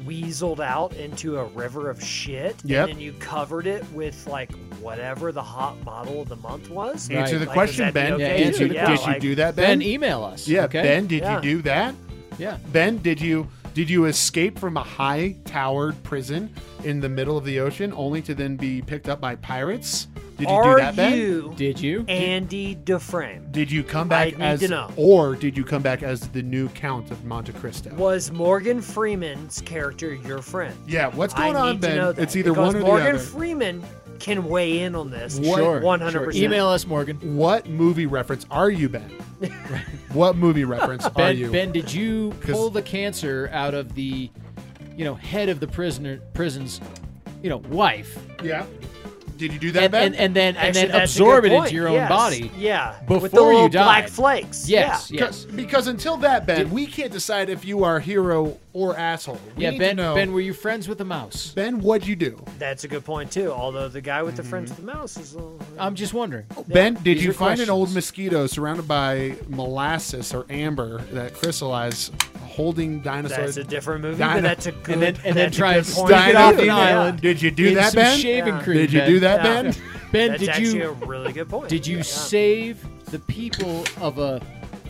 weaseled out into a river of shit? Yep. And then you covered it with like whatever the hot model of the month was? Yeah, answer right. the Like, question, that'd Ben. be Yeah, okay, did answer you, too. the Yeah, did you like- do that, Ben? Ben, email us. yeah, okay? Ben, did Yeah. you do that? Yeah. Ben, did you did you escape from a high towered prison in the middle of the ocean only to then be picked up by pirates? Did you Are do that, Ben? you Did you? Andy Dufresne? Did you come I back need as to know. or did you come back as the new Count of Monte Cristo? Was Morgan Freeman's character your friend? Yeah, what's I going on, need Ben? to know that it's either because one or Morgan the other. Freeman can weigh in on this. What- Sure. 100%. sure. Email us, Morgan. what movie reference are you, Ben? what movie reference are Ben, you? ben, did you 'Cause- pull the cancer out of the, you know, head of the prisoner prison's, you know, wife, Yeah. Did you do that, and, Ben? and, and then Actually, and then that's a absorb good it point. into your own Yes. body? Yeah. With the Before you little black died. flakes. Yes, Yeah. yes. Because until that, Ben, we can't decide if you are hero or asshole. We yeah, need Ben. to know. Ben, were you friends with the mouse? Ben, what'd you do? That's a good point too. Although the guy with the friends Mm-hmm. with the mouse is a little, Oh, I'm just wondering. Ben, did These you are find an questions. old mosquito surrounded by molasses or amber that crystallized, holding dinosaurs? that's a different movie, Dino- but that's a good. and then and then that's a try good and point. sneak it Dino off an Dino. island. Did you do in that, some Ben? shaving Yeah. cream? Did you Ben. do that, Yeah. Ben? Ben, That's did actually you a really good point. Did you Yeah. save the people of a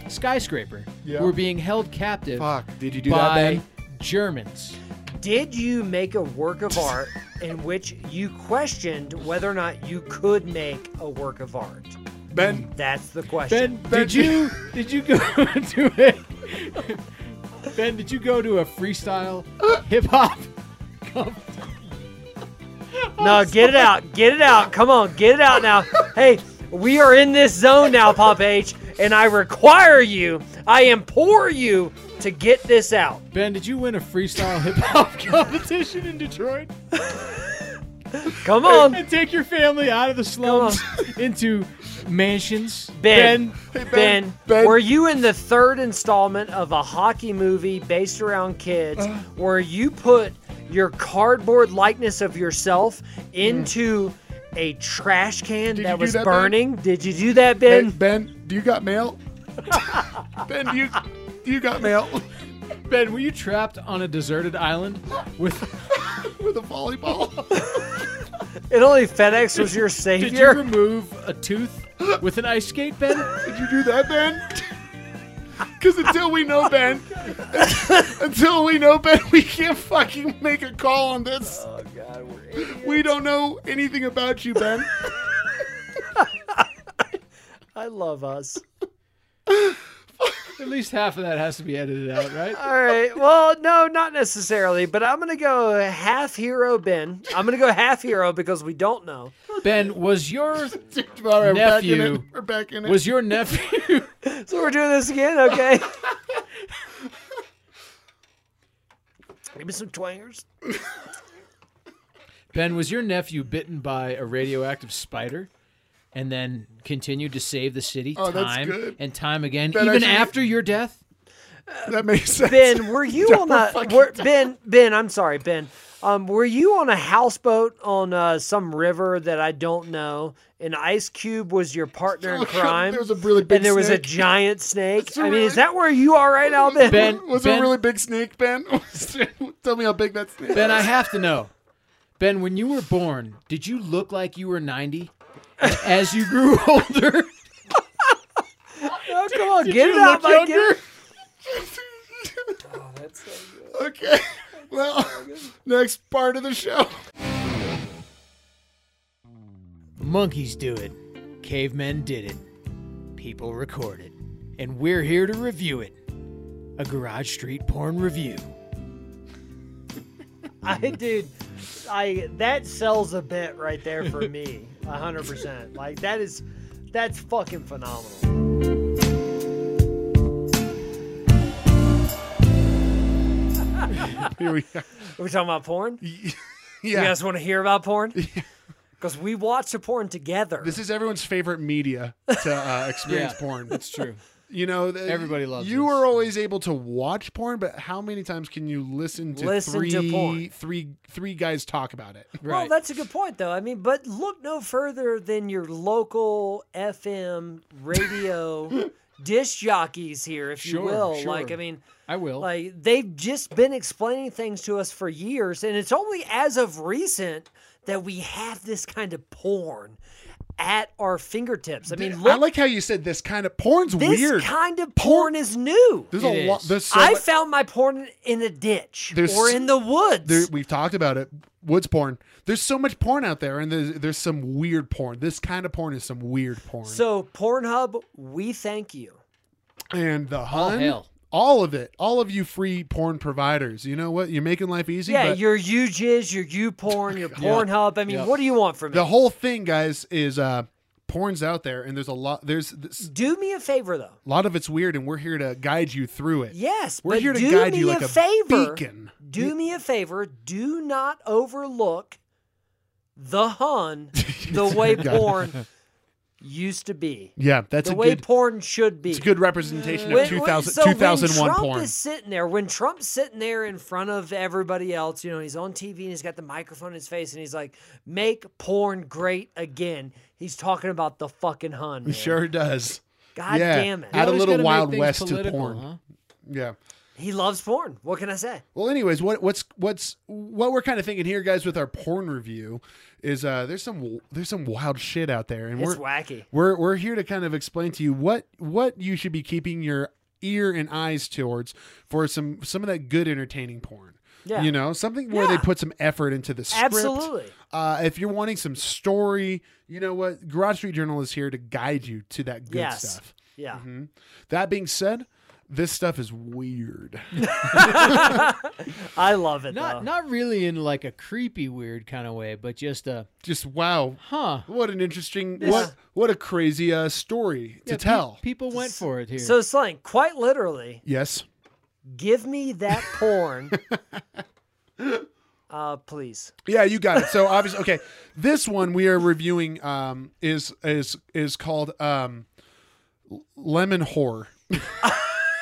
skyscraper Yeah. who were being held captive Fuck, did you do that, by Ben? Germans? Did you make a work of art in which you questioned whether or not you could make a work of art? Ben, That's the question. Ben, did you did you go to a Ben, did you go to a freestyle hip hop? no, get it out. Get it out. Come on, get it out now. hey, we are in this zone now, Pop H, and I require you, I implore you to get this out. Ben, did you win a freestyle hip hop competition in Detroit? Come on. And take your family out of the slums into mansions. Ben, ben, Ben, Ben. were you in the third installment of a hockey movie based around kids Uh. where you put your cardboard likeness of yourself into a trash can Mm. Did you that do was that, Ben? burning? Did you do that, Ben, Ben? Ben, do you got mail? ben, do you do you got mail Ben, Ben, were you trapped on a deserted island with with a volleyball? It only FedEx was your Did you savior. remove a tooth with an ice skate, Ben? Did you do that, Ben? Because until we know Ben, until we know Ben, we can't fucking make a call on this. Oh God, we're we don't know anything about you, Ben. I love us. At least half of that has to be edited out, right? All right. Well, no, not necessarily, but I'm going to go half hero Ben. I'm going to go half hero because we don't know. Ben, was your All right, we're back in it. Nephew We're back in it. was your nephew So we're doing this again, okay? Give me some twangers. Ben was your nephew bitten by a radioactive spider? And then continued to save the city Oh, that's time good. and time again, That even actually- after your death. that makes sense. Ben, were you on a fucking were, Ben? Ben, I'm sorry, Ben. Um, were you on a houseboat on uh, some river that I don't know? And Ice Cube was your partner in Oh, God, crime. there was a really big and there was a snake. giant snake. a I mean, really- is that where you are right now, Ben? Ben- was it a really big snake, Ben? Tell me how big that snake. Ben, I have to know. Ben, when you were born, did you look like you were ninety? And As you grew older, Oh, come on, get it you out, look Mike. Get younger? it. okay. Well, next part of the show. Monkeys do it. Cavemen did it. People record it. And we're here to review it. A Garage Street Porn Review. I, dude, I that sells a bit right there for me, hundred percent. Like that is, that's fucking phenomenal. Here we Are we talking about porn? You Yeah. guys want to hear about porn? Because we watched a porn together. This is everyone's favorite media to uh, experience Yeah. porn. That's true. You know, the, Everybody loves You this. were always able to watch porn, but how many times can you listen to Listen three, to porn. three, three guys talk about it? Well, Right. that's a good point, though. I mean, but look no further than your local FM radio disc jockeys here, if Sure, you will. sure. Like, I mean, I will. like they've just been explaining things to us for years, and it's only as of recent that we have this kind of porn at our fingertips. I mean, look, I like how you said this kind of porn's this weird. kind of porn is new. there's It a lot. is. There's so I much- found my porn in a ditch There's or s- in the woods. there- we've talked about it. Woods porn. There's so much porn out there, and there's, there's some weird porn. This kind of porn is some weird porn. so, Pornhub, we thank you. and the All hun, hell. all of it, all of you free porn providers. You know what? You're making life easy. Yeah, but your your UJIS, your YouPorn, your Pornhub. I mean, Yeah. what do you want from me? the whole thing, guys, is uh, porn's out there, and there's a lot. There's this, do me a favor though. a lot of it's weird, and we're here to guide you through it. Yes, We're but here to do guide me you a like a favor. beacon. Do me a favor. Do not overlook the Hun, the way Yeah. porn used to be, Yeah, that's the a way good. porn should be. It's a good representation When- of 2000, so 2001 when Trump porn. is sitting there, when Trump's sitting there in front of everybody else, you know, he's on TV and he's got the microphone in his face and he's like, "Make porn great again." He's talking about the fucking Hun. Man. sure does. God Yeah. damn it. Add a Always little gotta make Wild things West to political, porn. huh? Yeah. He loves porn. What can I say? Well, anyways, what what's what's what we're kind of thinking here, guys, with our porn review, is uh, there's some there's some wild shit out there, and It's we're wacky. we're we're here to kind of explain to you what what you should be keeping your ear and eyes towards for some some of that good entertaining porn. Yeah. You know, something where they Yeah. put some effort into the script. Absolutely. Uh, if you're wanting some story, you know what? Garage Street Journal is here to guide you to that good Yes. stuff. Yeah. Mm-hmm. That being said, this stuff is weird. I love it though. Not not really in like a creepy weird kind of way, but just a Just wow. huh. What an interesting This- what what a crazy uh, story Yeah, to pe- tell. people went for it here. So slang, quite literally, yes. give me that porn. uh please. Yeah, you got it. So obviously, okay, this one we are reviewing um, is is is called um, L- Lemon Horror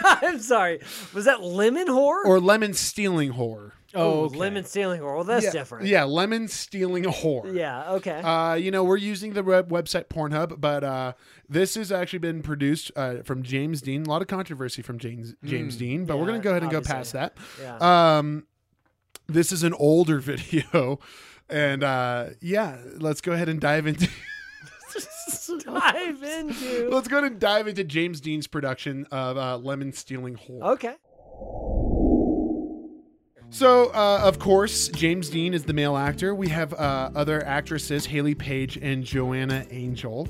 I'm sorry. Was that lemon whore? or Lemon Stealing Horror. oh, Ooh, okay. lemon stealing whore. Well, that's yeah, different. Yeah, Lemon Stealing Horror. Yeah, okay. Uh, you know, we're using the web- website Pornhub, but uh, this has actually been produced uh, from James Dean. A lot of controversy from James James Dean, but we're Mm. Yeah, gonna go ahead and go obviously. past that. yeah. Um, this is an older video, and uh, yeah, let's go ahead and dive into. Dive into. let's go ahead and dive into James Dean's production of uh, Lemon Stealing Whore. Okay. So, uh, of course, James Dean is the male actor. We have uh, other actresses, Haley Page and Joanna Angel.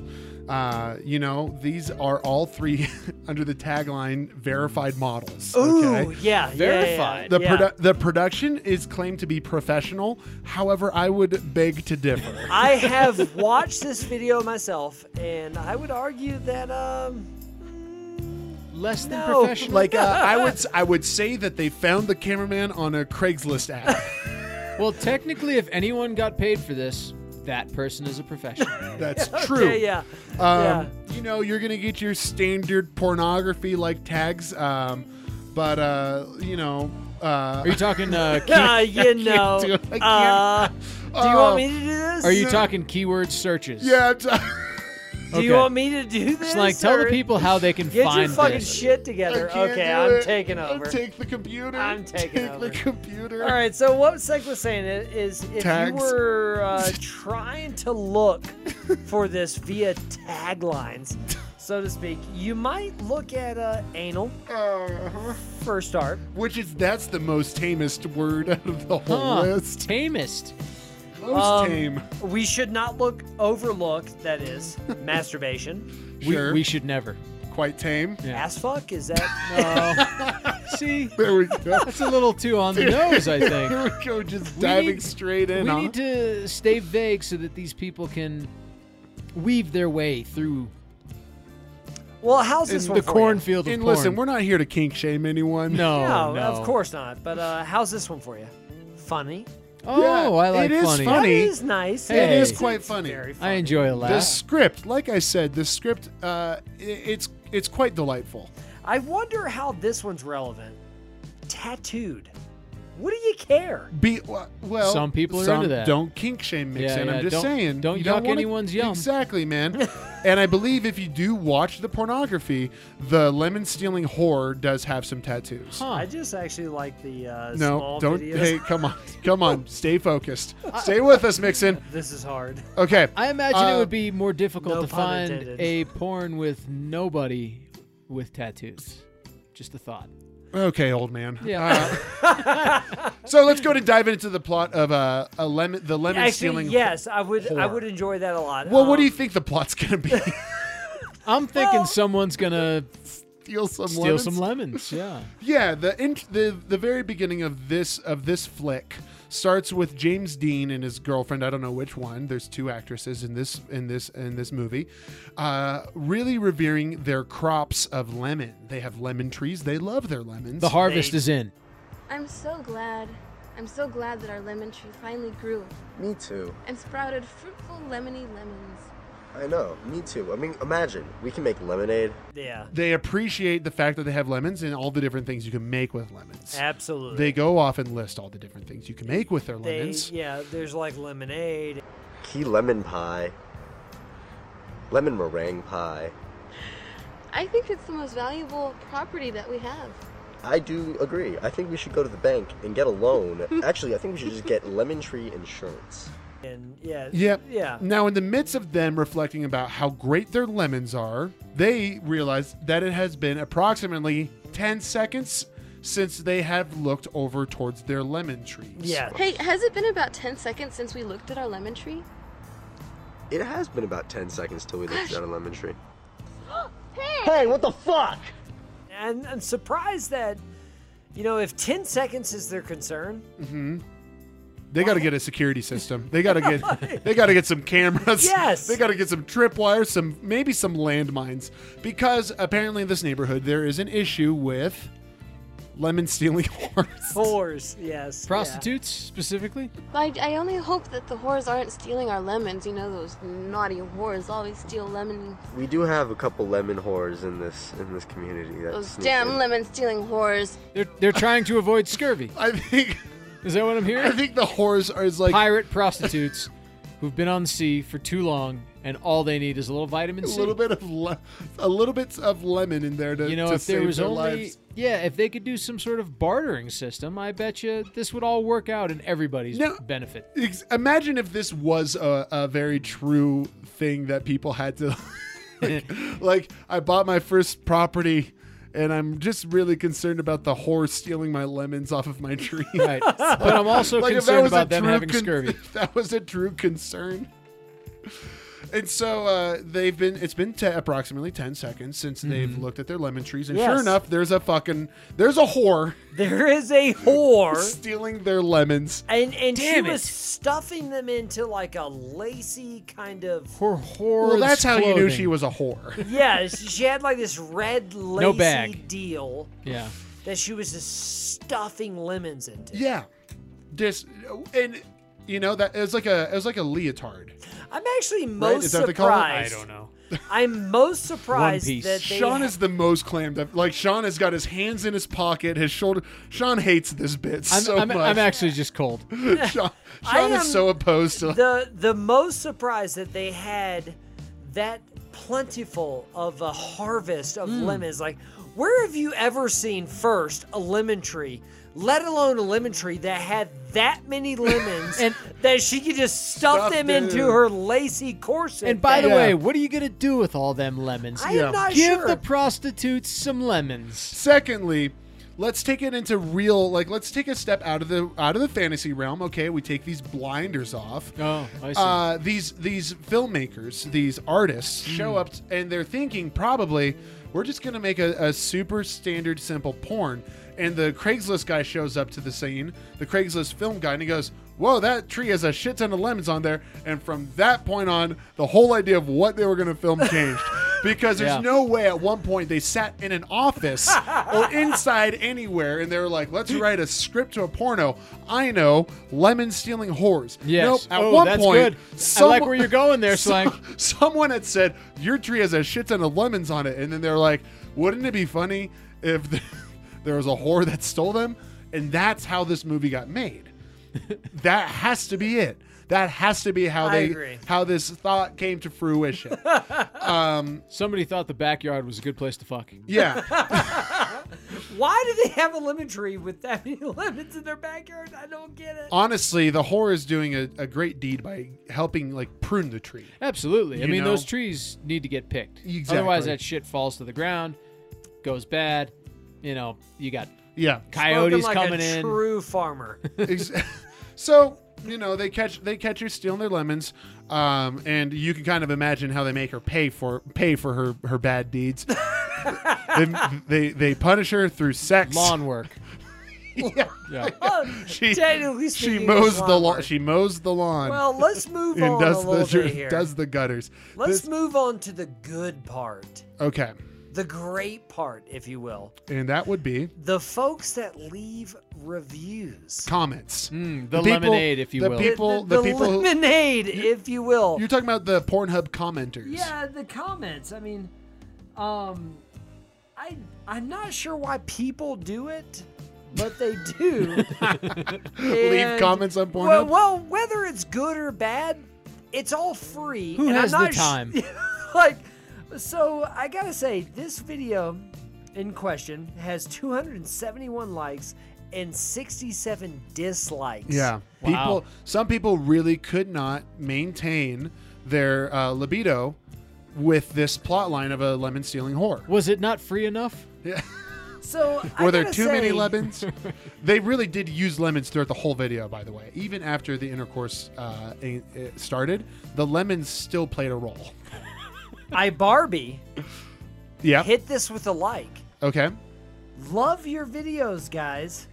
Uh, you know, these are all three under the tagline "verified models." Ooh, okay? yeah, yeah, Verified. Yeah, The, yeah. produ- the production is claimed to be professional. However, I would beg to differ. I have watched this video myself, and I would argue that um, less than No. professional. like uh, I would, s- I would say that they found the cameraman on a Craigslist ad. Well, technically, if anyone got paid for this, that person is a professional. That's true. okay, yeah, Um, You know, you're gonna get your standard pornography like tags, um, but uh, you know, uh, Are you talking? Uh, key- yeah. Uh, you know, do it. I can't. uh, do you Oh. want me to do this? are you talking keyword searches? yeah, I'm t- Do you okay. want me to do this? It's like tell the or- people how they can Get find your fucking this. shit I together. can't Okay, do I'm it. taking over. I'll take the computer. I'm taking take over. the computer. All right, so what Seg was saying i- is if Tags. you were uh, trying to look for this via taglines, so to speak, you might look at uh, anal Uh, for a start. which is that's the most tamest word out of the whole Huh. list. Tamest. Most Um, tame. We should not look overlook, that is, masturbation. Sure. We, we should never. Quite tame. Yeah. Ass fuck, is that? uh, See, There we go. that's a little too on the nose. I think. Here we go, just We diving need- straight in. We huh? need to stay vague so that these people can weave their way through Well, how's In this one The for you? cornfield of And porn. listen, we're not here to kink shame anyone. no, No, Oh, no, of course not. But uh, how's this one for you? Funny. Oh, I it like is funny. fun. Funny? That is nice. It is It's- quite it's funny. very funny. I enjoy a laugh. The script, like I said, the script, uh, i- it's it's quite delightful. I wonder how this one's relevant. Tattooed. What do you care? Be w- well. Some people are some into that. Don't kink shame mix Yeah, in. yeah, I'm just don't- saying. don't you yuck wanna- anyone's yum. Exactly, man. and I believe if you do watch the pornography, the lemon stealing whore does have some tattoos. Huh. I just actually like the uh, No, small don't. videos. Hey, come on, come on. Stay focused. Stay with us, Mixon. This is hard. Okay. I imagine Uh, it would be more difficult no to pun find intended. a porn with nobody with tattoos. Just a thought. Uh, Okay, old man. Yeah. So let's go to dive into the plot of uh, a lemon, the lemon Actually, stealing. yes, I would. I whore. would enjoy that a lot. Well, what do Um, you think the plot's gonna be? I'm thinking Well- someone's gonna Steal some steal lemons. some lemons. Yeah. Yeah, the int- the the very beginning of this of this flick starts with James Dean and his girlfriend. I don't know which one. There's two actresses in this in this in this movie, uh, really revering their crops of lemon. They have lemon trees. They love their lemons. The harvest They- is in. I'm so glad. I'm so glad that our lemon tree finally grew Me too. and sprouted fruitful lemony lemons. I know. Me too. I mean, imagine we can make lemonade. Um, Yeah, they appreciate the fact that they have lemons and all the different things you can make with lemons. absolutely. They go off and list all the different things you can make with their They- lemons. yeah, there's like lemonade. Key lemon pie. Lemon meringue pie. I think it's the most valuable property that we have. I do agree. I think we should go to the bank and get a loan. Actually, I think we should just get lemon tree insurance. And yeah, Yep. Mm. yeah. Now, in the midst of them reflecting about how great their lemons are, they realize that it has been approximately 10 seconds since they have looked over towards their lemon trees. Yeah, Hey, has it been about 10 seconds since we looked at our lemon tree? It has been about 10 seconds till we looked at a lemon tree. Hey! and I'm surprised that you know if 10 seconds is their concern. They got to get a security system. They got to get they got to get some cameras. Yes. They got to get some tripwires, some maybe some landmines because apparently in this neighborhood there is an issue with lemon stealing horses. Whores, yes. yeah. Prostitutes specifically. I, I only hope that the whores aren't stealing our lemons. You know, those naughty whores always steal lemon. We do have a couple lemon whores in this in this community. That Those sneak damn in. lemon stealing whores. They're they're trying to avoid scurvy. I think Is that what I'm I hearing? think the whores are is like Pirate prostitutes who've been on the sea for too long and all they need is a little vitamin a C. little bit of le- a little bit of lemon in there to you know, to if there save was their only lives. yeah, if they could do some sort of bartering system, I bet you this would all work out in everybody's No. benefit. Ex- imagine if this was a, a very true thing that people had to like, like i bought my first property and i'm just really concerned about the whore stealing my lemons off of my tree Right. But I'm also like if that concerned was about a them true having con- scurvy. if that was a true concern and so uh, they've been it's been te- approximately 10 seconds since they've Mm-hmm. looked at their lemon trees and sure Yes. enough there's a fucking there's a whore There is a whore. stealing their lemons And and she Damn was it. stuffing them into like a lacy kind of Poor whores. well that's how you knew she clothing. was a whore yeah. she- She had like this red lacy bag. deal Yeah. that she was just stuffing lemons into. Yeah, just and you know that it was like a it was like a leotard. I'm actually most Is that what they call it? I surprised. know. I'm most surprised Piece. that they Sean is the most clammed up. Like Sean has got his hands in his pocket, his shoulder. Sean hates this bit I'm, so I'm, much. I'm actually just cold. Sean, I Sean am is so opposed to. the the most surprised that they had that plentiful of a harvest of Hmm. lemons. Like, where have you ever seen first a lemon tree, let alone a lemon tree that had that many lemons And- that she could just stuff Stuffed them in. into her lacy corset? And by the Yeah. way, what are you gonna do with all them lemons? I yeah. am not Give sure. the prostitutes some lemons. Secondly. Let's take it into real like let's take a step out of the out of the fantasy realm. Okay, we take these blinders off. Oh, I see. uh, these these filmmakers, these artists Hmm. show up t- and they're thinking probably we're just gonna make a, a super standard simple porn. And the Craigslist guy shows up to the scene, the Craigslist film guy, and he goes, "Whoa, that tree has a shit ton of lemons on there." And from that point on, the whole idea of what they were gonna film changed. because there's Yeah. no way at one point they sat in an office or inside anywhere and they were like, let's write a script to a porno. I know, lemon stealing whores. Yes. Nope, at Oh, one that's point, good. I like where you're going there, Slank. Someone had said, your tree has a shit ton of lemons on it. And then they're like, wouldn't it be funny if there was a whore that stole them? And that's how this movie got made. that has to be it. That has to be how I they agree. how this thought came to fruition. Somebody thought the backyard was a good place to fuck. yeah. Why do they have a lemon tree with that many lemons in their backyard? I don't get it. honestly, the whore is doing a, a great deed by helping like prune the tree. Absolutely. I You mean, know? those trees need to get picked. Exactly. Otherwise, that shit falls to the ground, goes bad. You know, you got Yeah. Spoken coyotes like coming a in. True farmer. Ex- so you know they catch they catch her stealing their lemons, um, and you can kind of imagine how they make her pay for pay for her her bad deeds. they, they they punish her through sex. Lawn work. Yeah. Yeah. She Technically she speaking, mows it's the lawn. work. She mows the lawn. Well, let's move and on does a little the bit here. does the gutters. let's This- move on to the good part, okay, the great part, if you will. and that would be The folks that leave reviews. comments. Mm, the, people- lemonade, if you the will. The- People- the, the people who- lemonade, if you will. You're talking about the Pornhub commenters. Yeah, the comments. I mean, um, I I'm not sure why people do it, but they do. Leave And- comments on Well, Pornhub. well, whether it's good or bad, it's all free. Who and has the I'm not sh- time? like, so I gotta say, this video in question has 271 likes and 67 dislikes. Yeah. Wow. People some people really could not maintain their uh, libido with this plot line of a lemon stealing whore. was it not free enough? So I Were there gotta too many say- lemons? they really did use lemons throughout the whole video, by the way. Even after the intercourse uh, i- i- started, the lemons still played a role. I Barbie Yeah. hit this with a like. Okay. Love your videos, guys.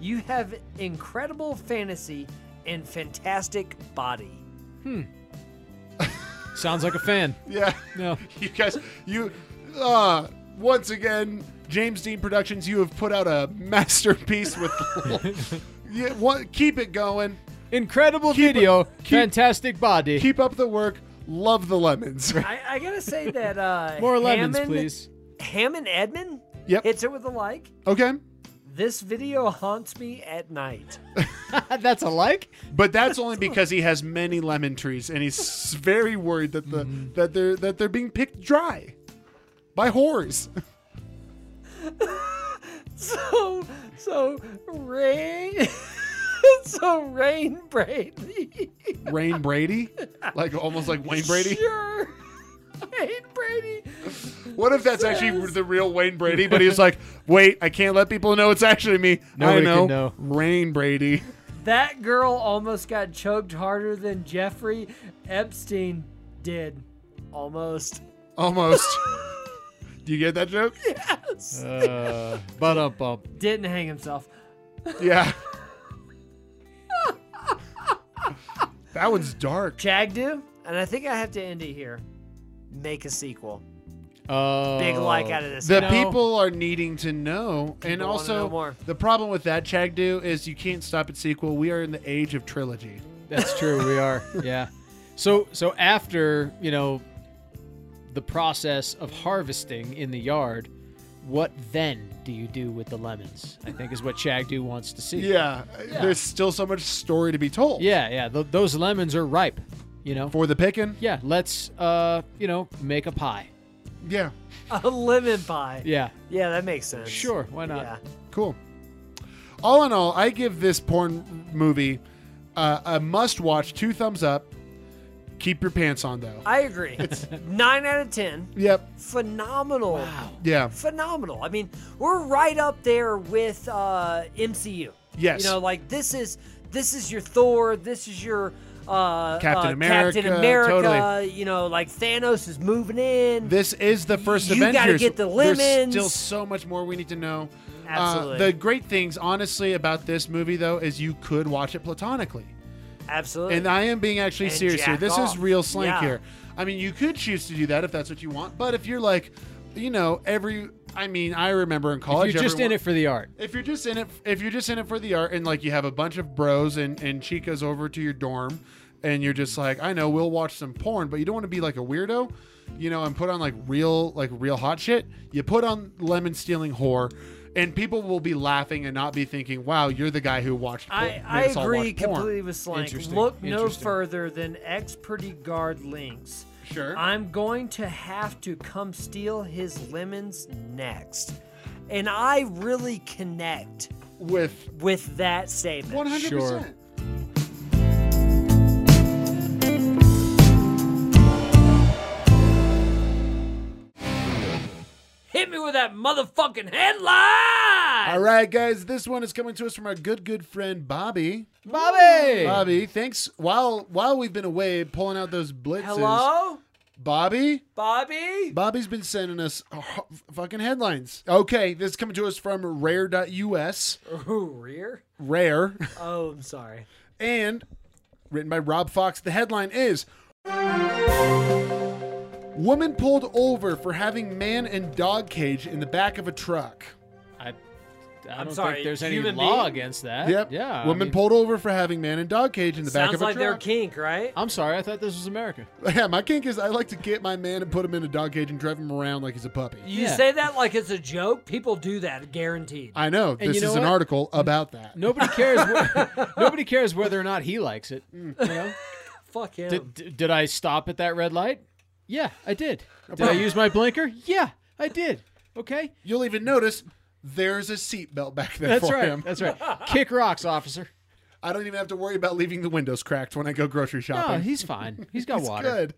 You have incredible fantasy and fantastic body. Sounds like a fan. Yeah. No. you guys, you, uh, once again, James Dean Productions, you have put out a masterpiece with. yeah, what, keep it going. Incredible Keep it- video. keep- fantastic body. Keep up the work. Love the lemons. I, I gotta say that uh, More lemons, Hammond, please. Hammond Edmond Yep. hits it with a like. Okay. This video haunts me at night. That's a like? But that's only because he has many lemon trees and he's very worried that the that they're that they're being picked dry by whores. So so rain. so rain Brady. Rain Brady? Like almost like Wayne Brady? Sure. Rain Brady. What if that's actually the real Wayne Brady, but he's like, "Wait, I can't let people know it's actually me." Nobody I know. can know. Rain Brady. That girl almost got choked harder than Jeffrey Epstein did. Almost. Almost. Do you get that joke? Uh, but up, up. Didn't hang himself. Yeah. that one's dark. Jagdu, and I think I have to end it here. Make a sequel. Oh. Big like out of this. The guy. know? people are needing to know, and People wanna also know more. the problem with that Chagdu is you can't stop at sequel. We are in the age of trilogy. That's true. We are. Yeah. So so after you know the process of harvesting in the yard, what then do you do with the lemons? I think is what Chagdu wants to see. Yeah, uh, there's still so much story to be told. Yeah. Yeah. Th- those lemons are ripe. You know. for the picking. Yeah. Let's uh you know make a pie. Yeah, a lemon pie. Yeah. Yeah, that makes sense. Sure. Why not? Yeah. cool. All in all, I give this porn movie uh, a must-watch. Two thumbs up. Keep your pants on though. I agree. Nine out of ten. yep. Phenomenal. Yeah. Phenomenal. I mean, we're right up there with uh, MCU. Yes. You know, like this is this is your Thor. This is your uh, Captain uh, Captain America, America. totally. You know, like Thanos is moving in. This is the first You gotta Avengers. get the There's lemons. still so much more we need to know. Uh, Absolutely. the great things, honestly, about this movie though, is you could watch it platonically. Absolutely. And I am being actually And serious here. jack This off. is real slank Yeah. here. I mean, you could choose to do that if that's what you want. But if you're like, you know, every I mean, I remember in college, If you're just in everyone- it for the art. if you're just in it if you're just in it for the art and like you have a bunch of bros and and chicas over to your dorm and you're just like i know we'll watch some porn but you don't want to be like a weirdo you know and put on like real like real hot shit you put on lemon stealing whore and people will be laughing and not be thinking wow you're the guy who watched por- I, made I us all watch agree porn." completely with Slank. Interesting, Look no interesting. further than ex pretty guard links. Sure. I'm going to have to come steal his lemons next. And I really connect with with that statement. 100% Sure. Hit me with that motherfucking headline! all right guys this one is coming to us from our good good friend bobby Bobby! bobby thanks while while we've been away pulling out those blitzes Hello? bobby Bobby? Bobby's been sending us uh, f- fucking headlines. Okay, this is coming to us from rare.us. Ooh, rear? Rare. Oh, I'm sorry. And written by Rob Fox. The headline is Woman pulled over for having man and dog cage in the back of a truck. I, I don't sorry, think there's any human law being? against that. Yep. Uh, Yeah. I Woman mean- pulled over for having man and dog cage in the back Sounds of a like their truck. Oh, kink, right? I'm sorry. I thought this was America. yeah, my kink is I like to get my man and put him in a dog cage and drive him around like he's a puppy. You Yeah. say that like it's a joke. People do that, guaranteed. I know. you This know is an what? article about that. Nobody cares. wh- nobody cares whether or not he likes it. You know? Fuck him. Did, d- did I stop at that red light? Yeah, I did. Did I use my blinker? Yeah, I did. Okay. You'll even notice there's a seatbelt back there That's for right. him. That's right. Kick rocks, officer. I don't even have to worry about leaving the windows cracked when I go grocery No, shopping. he's fine. He's got It's water. good.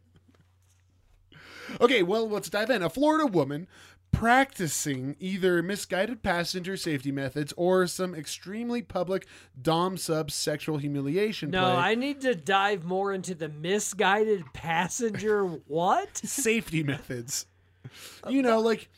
Okay, well, let's dive in. A Florida woman practicing either misguided passenger safety methods or some extremely public dom sub sexual humiliation. no, play. I need to dive more into the misguided passenger what? safety methods. Uh, You know, like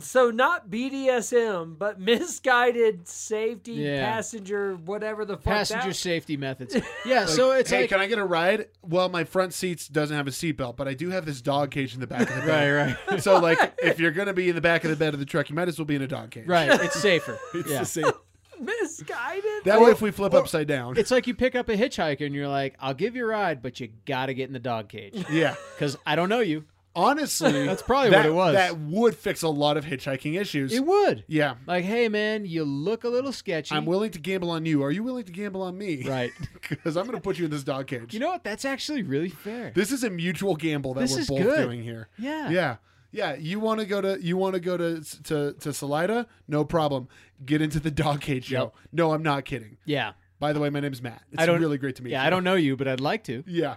So not BDSM, but misguided safety Yeah. passenger whatever the fuck Passenger that. safety methods. Yeah. so it's hey, like can I get a ride? Well, my front seats doesn't have a seatbelt, but I do have this dog cage in the back of the bed. right, right, So, like, if you're gonna be in the back of the bed of the truck, you might as well be in a dog cage. right. It's safer. It's yeah. the same. misguided. That way, if we flip upside down, It's like you pick up a hitchhiker and you're like, "I'll give you a ride, but you got to get in the dog cage yeah. because I don't know you." Honestly, That's probably that, what it was. That would fix a lot of hitchhiking issues. It would. yeah, Like, hey man, you look a little sketchy. I'm willing to gamble on you. Are you willing to gamble on me? Right. Because I'm going to put you in this dog cage. You know what? That's actually really fair. this is a mutual gamble that This we're is both good. doing here. Yeah. Yeah. Yeah, you want to go to you want to go to to to Salida? No problem. Get into the dog cage, yo. Yep. No, I'm not kidding. Yeah. By the way, my name's Matt. It's I don't really great to meet Yeah, you. I don't know you, but I'd like to. Yeah.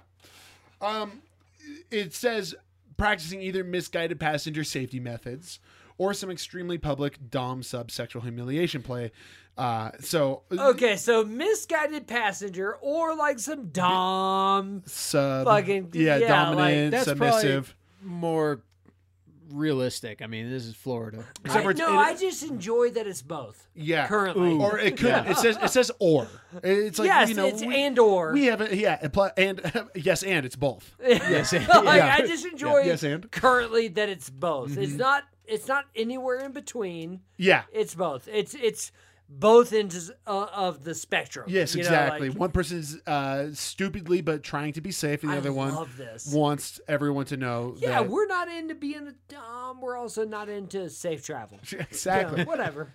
Um, it says practicing either misguided passenger safety methods or some extremely public dom sub sexual humiliation play. Uh, so Okay, so misguided passenger or like some dom. sub, Fucking- yeah, yeah, dominant, That's submissive. probably more realistic. I mean, this is Florida. Except for I, it's- no, it- I just enjoy that it's both. yeah, Currently. Ooh. or it could. It says it says or. It's like yes, you know, it's we, and or. we have a, yeah, and pl- and yes, and it's both. yes. like, Yeah. I just enjoy Yes, and? Mm-hmm. currently that it's both. It's not it's not anywhere in between. Yeah. It's both. It's it's both ends uh, of the spectrum. Yes, you know, exactly. like- one person's uh, stupidly but trying to be safe, and the I other one love this. wants everyone to know. yeah, that, we're not into being a dom. We're also not into safe travel. You know, exactly. whatever.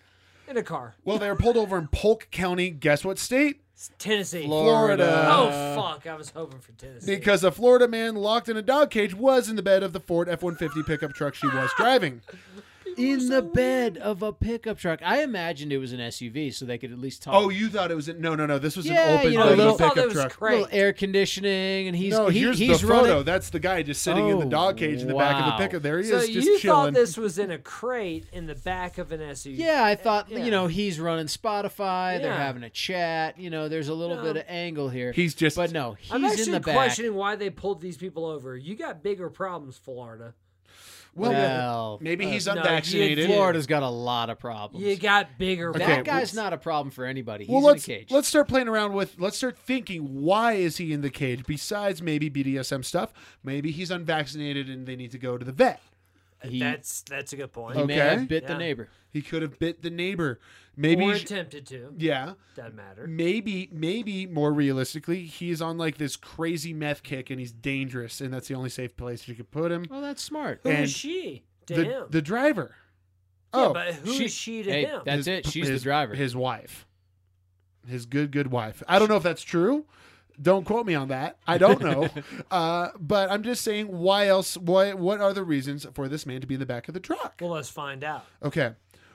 In a car. Well, they were pulled over in Polk County. Guess what state? It's Tennessee. Florida. oh fuck! I was hoping for Tennessee. Because a Florida man locked in a dog cage was in the bed of the Ford F 150 pickup truck she was driving. in the bed of a pickup truck. I imagined it was an SUV, so they could at least talk. Oh, you thought it was in. No, no, no. This was Yeah, an open you know, thing, you a pickup thought that was truck. cra- Right. Little air conditioning, and he's no, he- here's he's the running. photo. That's the guy just sitting in the Oh, dog cage in the back of wow. the pickup. There he so is, just you chilling. thought this was in a crate in the back of an SUV? Yeah, I thought Yeah. you know he's running Spotify. They're Yeah. having a chat. You know, there's a little No. bit of angle here. He's just- but no, he's I'm actually in the back. questioning why they pulled these people over. You got bigger problems, Florida. Well, Well, maybe he's no, you unvaccinated. did. Florida's got a lot of problems. You got bigger. Okay, problems. that guy's not a problem for anybody. He's well, in a let's cage. let's start playing around with. Let's start thinking. Why is he in the cage? Besides maybe BDSM stuff, maybe he's unvaccinated and they need to go to the vet. He- Uh, that's that's a good point. he may Okay. have bit Yeah. the neighbor. He could have bit the neighbor. Maybe. or sh- attempted to. yeah. Doesn't matter. Maybe, maybe more realistically, he's on like this crazy meth kick and he's dangerous, and that's the only safe place you could put him. Oh, Well, that's smart. Who and is she to the, him? the driver. yeah, oh, but who is she- she to hey, him? that- That's it. She's the his- driver. His wife. His good, good wife. I don't know if that's true. Don't quote me on that. I don't know. uh, but I'm just saying, why else? Why? What are the reasons for this man to be in the back of the truck? well, let's find out. Okay.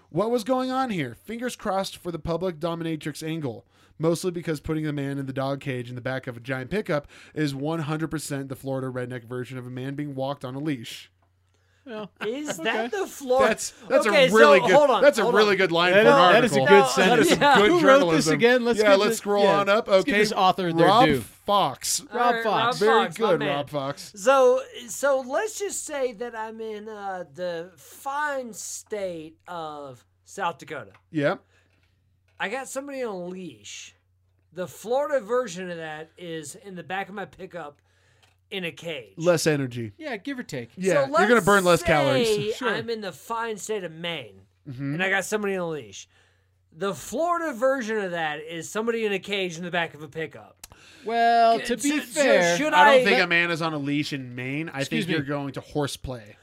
What was going on here? Fingers crossed for the public dominatrix angle, mostly because putting the man in the dog cage in the back of a giant pickup is 100% the Florida redneck version of a man being walked on a leash. Well, Is that the Florida? That's that's okay, a really so, good hold on, that's a hold really on. good line That for an is- that article. is a good That is some sentence. Yeah. good Who wrote this journalism. again? Let's yeah, give let's the- scroll yeah, on up. let's Okay, give this author their Rob due. Fox. All right, Rob Fox. Very Fox, my good, man. Rob Fox. So, so let's just say that I'm in uh, the fine state of South Dakota. Yep. I got somebody on a leash. The Florida version of that is in the back of my pickup in a cage. Less energy. yeah, give or take. Yeah, so you're gonna let's burn less say calories. Mm-hmm. I'm in the fine state of Maine, and I got somebody on a leash. The Florida version of that is somebody in a cage in the back of a pickup. Well, to be So- so fair, should I don't I- think let- a man is on a leash in Maine. I Excuse think you're me. going to horseplay.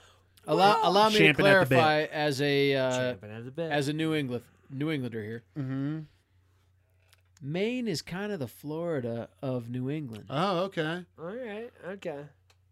allow, allow me to Champing at the bit. clarify as a uh, Jumping out of the bed. as a New England New Englander here. Mm-hmm. Maine is kind of the Florida of New England. Oh, okay. All right, okay.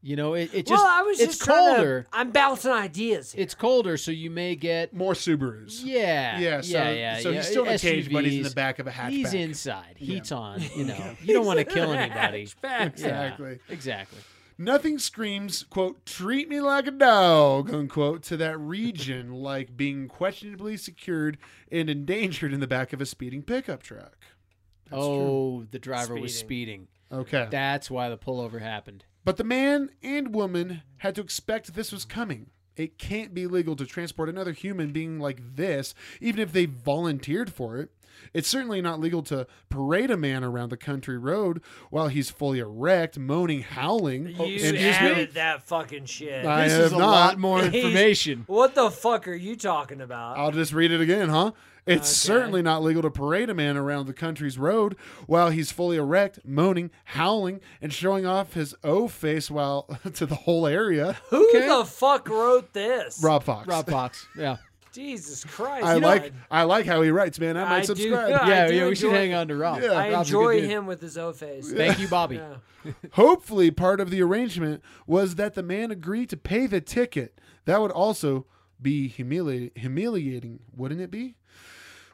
You know, it, it just well, I was it's just trying to- colder. I'm bouncing ideas. Here. It's colder, so you may get More Subarus. yeah, Yeah, so, yeah, yeah. so yeah, he's still in a cage, but he's in the SUVs. back of a hatchback. He's inside. Heat's on. You know, you He's don't want to in kill a anybody. hatchback. Yeah, Exactly. exactly. Nothing screams, quote, treat me like a dog, unquote, to that region like being questionably secured and endangered in the back of a speeding pickup truck. oh, the driver was speeding. Okay. That's why the pullover happened. But the man and woman had to expect this was coming. It can't be legal to transport another human being like this, even if they volunteered for it. It's certainly not legal to parade a man around the country road while he's fully erect, moaning, howling. You and added that fucking shit. I this have is a not. lot more He's- information. Oh, What the fuck are you talking about? I'll just read it again, huh? It's certainly not legal to parade a man around the country's road while he's fully erect, moaning, howling, and showing off his O face while to the whole area. Who the fuck wrote this? Rob Fox. Rob Fox. Yeah. Jesus Christ! I you know, like I like how he writes, man. I I might do- subscribe. I yeah, do yeah, we should enjoy- hang on to Rob. Yeah. I Rob's a good enjoy dude. him with his O face. Thank you, Bobby. Yeah. Hopefully, part of the arrangement was that the man agreed to pay the ticket. That would also be humili- humiliating, wouldn't it be?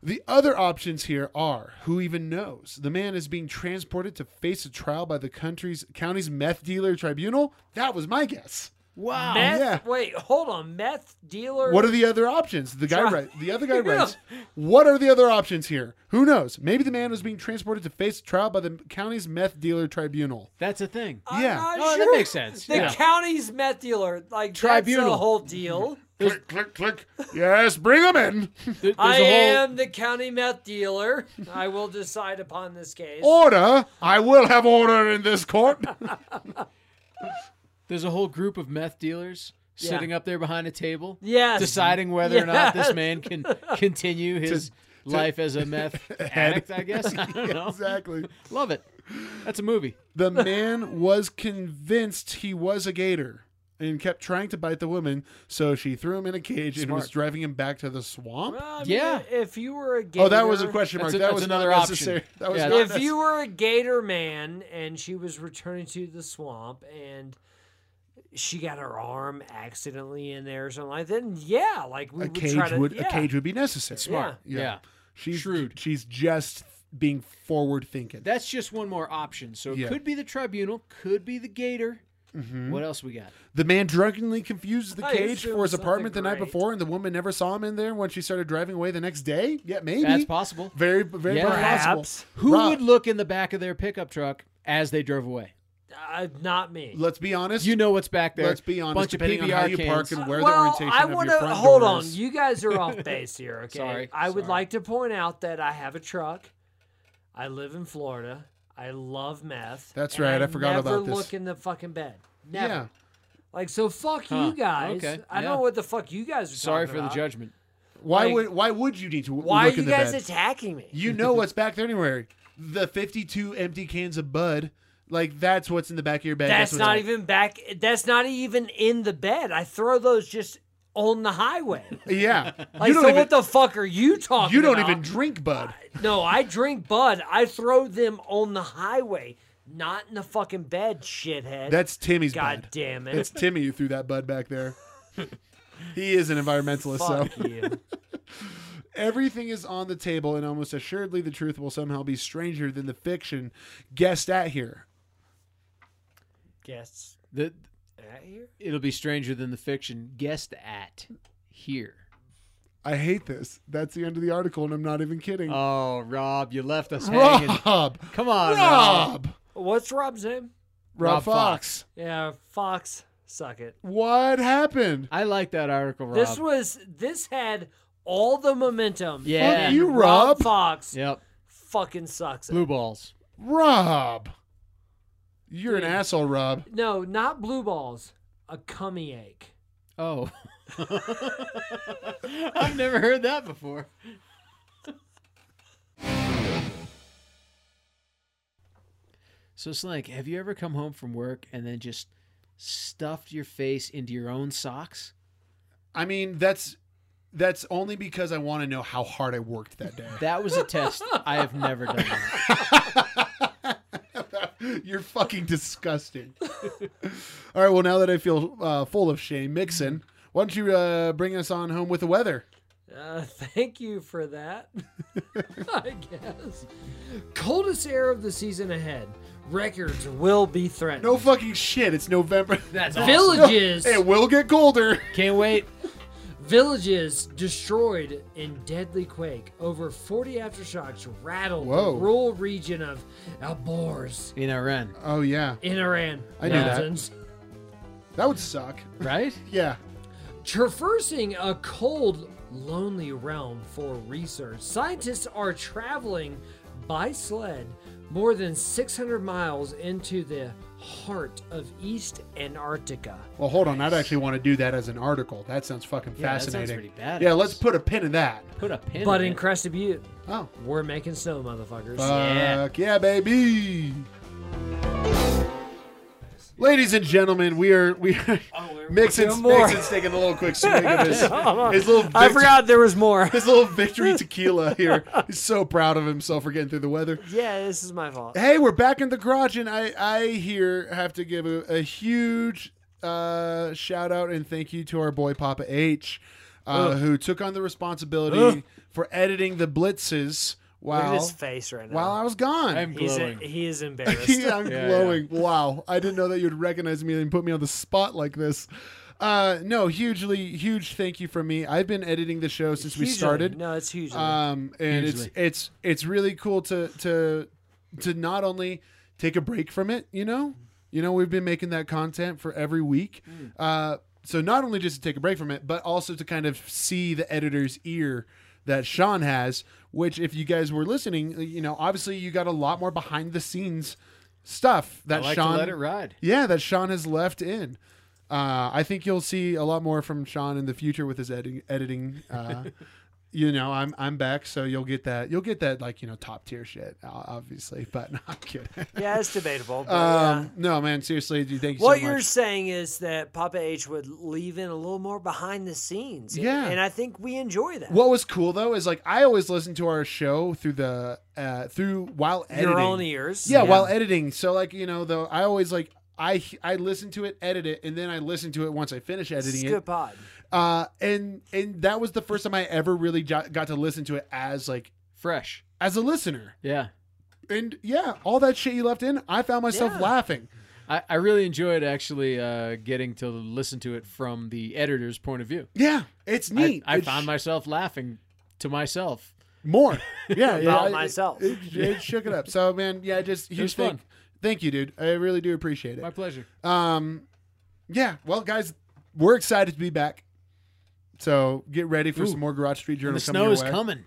The other options here are who even knows? The man is being transported to face a trial by the country's county's meth dealer tribunal. That was my guess. Wow. Meth? yeah. Wait, hold on. Meth dealer. What are the other options? The guy Try- writes. The other guy Yeah. writes. What are the other options here? Who knows? Maybe the man was being transported to face trial by the county's meth dealer tribunal. That's a thing. I'm yeah. not Oh, that sure. makes sense. The Yeah. county's meth dealer, like that's Tribunal. a whole deal. Click, click, click. Yes, bring him in. There- there's I a whole- am the county meth dealer. I will decide upon this case. Order. I will have order in this court. There's a whole group of meth dealers Yeah. sitting up there behind a table, Yes. deciding whether or not this Yes. man can continue his life as a meth addict. I guess. I don't know. exactly. Love it. That's a movie. The man was convinced he was a gator and kept trying to bite the woman, so she threw him in a cage and was Smart. driving him back to the swamp. Well, I mean, Yeah. If you were a gator, Oh, that was a question mark. That's a- that that's was another not option. necessary. That was Yeah, not that's- If you were a gator man and she was returning to the swamp and she got her arm accidentally in there or something like that, then yeah, like we a would try cage to would yeah. a cage would be necessary. smart. Yeah. She's Shrewd. She's just being forward thinking. That's just one more option. So it Yeah. could be the tribunal, could be the gator. What else we got? The man drunkenly confused the I cage assume for his something apartment the night great. before, and the woman never saw him in there when she started driving away the next day. Yeah, maybe That's possible. Very, very Yeah. possible. Perhaps. Who Rob. would look in the back of their pickup truck as they drove away? uh, not me. Let's be honest. You know what's back there. Let's be honest. Bunch of depending PBR on how you cans. park and where well, the orientation I of your wanna, front hold door on. is. You guys are off base here. Okay. Sorry, I would sorry. like to point out that I have a truck. I live in Florida. I love meth. That's and right, I I forgot never about this. Look in the fucking bed. Never. yeah. Like so, fuck Huh, you guys. okay, I don't yeah. know what the fuck you guys are. Sorry talking for the about. judgment. Why Like, would why would you need to Why look are you in the guys bed? attacking me? you know what's back there anyway. The 52 empty cans of Bud. Like that's what's in the back of your bed. that's what's not in- even back. That's not even in the bed. I throw those just on the highway. Yeah. Like, you don't so even what the fuck are you talking? you don't about? even drink Bud. No, I drink Bud. I throw them on the highway, not in the fucking bed, shithead. That's Timmy's God bud. damn it. It's Timmy who threw that Bud back there. he is an environmentalist, so Fuck you. everything is on the table, and almost assuredly the truth will somehow be stranger than the fiction guessed at here. Guess The, at here? it'll be stranger than the fiction guessed at here. I hate this. That's the end of the article, and I'm not even kidding. Oh, Rob, you left us hanging. Rob, Come on, Rob. Rob, What's Rob's name? Rob Rob Fox. Fox. Yeah, Fox. Suck it. What happened? I like that article, Rob. This was this had all the momentum. Yeah. and Fuck you, Rob. Fox Yep. fucking sucks it. Blue balls. Rob, you're an Dude. asshole, Rob. No, not blue balls. A cummy ache. Oh. I've never heard that before. So Slank, have you ever come home from work and then just stuffed your face into your own socks? I mean, that's that's only because I want to know how hard I worked that day. That was a test. I have never done that. You're fucking disgusting. All right. Well, now that I feel uh, full of shame, Mixon, why don't you uh, bring us on home with the weather? Uh, thank you for that. I guess. Coldest air of the season ahead. Records will be threatened. No fucking shit. It's November. That's villages. it will get colder. Can't wait. Villages destroyed in deadly quake. Over 40 aftershocks rattled Whoa. the rural region of Alborz In Iran, Oh yeah, in Iran. I knew that. Mountains. that would suck. right? Yeah. Traversing a cold, lonely realm for research, scientists are traveling by sled more than 600 miles into the heart of East Antarctica. Well, hold on. I'd actually want to do that as an article. That sounds fucking Yeah, that sounds fascinating. pretty badass. Yeah. Let's put a pin in that. Put a pin. But in in it. Crested Butte, Oh. we're making snow, motherfuckers. Fuck yeah, baby. Ladies and gentlemen, we are we are Oh, Mixon's, doing more. Mixon's taking a little quick swig of his, his little vict- I forgot there was more. his little victory tequila here. He's so proud of himself for getting through the weather. yeah, this is my fault. Hey, we're back in the garage, and I I here have to give a, a huge uh, shout out and thank you to our boy Papa H, uh, who took on the responsibility Ugh. for editing the blitzes Look at while his face right now. while I was gone. I'm He's glowing. he is embarrassed. Yeah, I'm Yeah, glowing. Wow. I didn't know that you'd recognize me and put me on the spot like this. Uh, no, hugely, huge thank you from me. I've been editing the show since we Hugely. started. No, it's huge. Um, and it's Hugely. it's it's really cool to to to not only take a break from it, you know, you know, we've been making that content for every week. Mm. Uh, so not only just to take a break from it, but also to kind of see the editor's ear that Sean has. Which, if you guys were listening, you know, obviously you got a lot more behind the scenes stuff I that like Sean to let it ride. yeah, that Sean has left in. Uh, I think you'll see a lot more from Sean in the future with his editing. Editing, uh, you know, I'm I'm back, so you'll get that. You'll get that like you know top tier shit, o- obviously. But no, I'm kidding. yeah, it's debatable. But, Oh, yeah. Um, no, man, seriously, do you thank you what so you're much. saying is that Papa H would leave in a little more behind the scenes. and- Yeah. And, I think we enjoy that. What was cool though is like I always listen to our show through the uh, through while editing. Your own ears. yeah, while editing. So like you know though, I always like I I listen to it, edit it, and then I listen to it once I finish This is editing it. good pod. uh and and that was the first time i ever really jo- got to listen to it as like Fresh. as a listener Yeah. and yeah all that shit you left in i found myself Yeah. laughing I, I really enjoyed actually uh, getting to listen to it from the editor's point of view. yeah it's I- neat I, It's found myself laughing to myself. more yeah yeah About I- myself. it, it shook it up so man yeah just huge was thank fun. Thank you, dude. I really do appreciate it. My pleasure. Um, yeah. Well, guys, we're excited to be back. So get ready for Ooh. some more Garage Street Journal. the coming snow your is way. coming.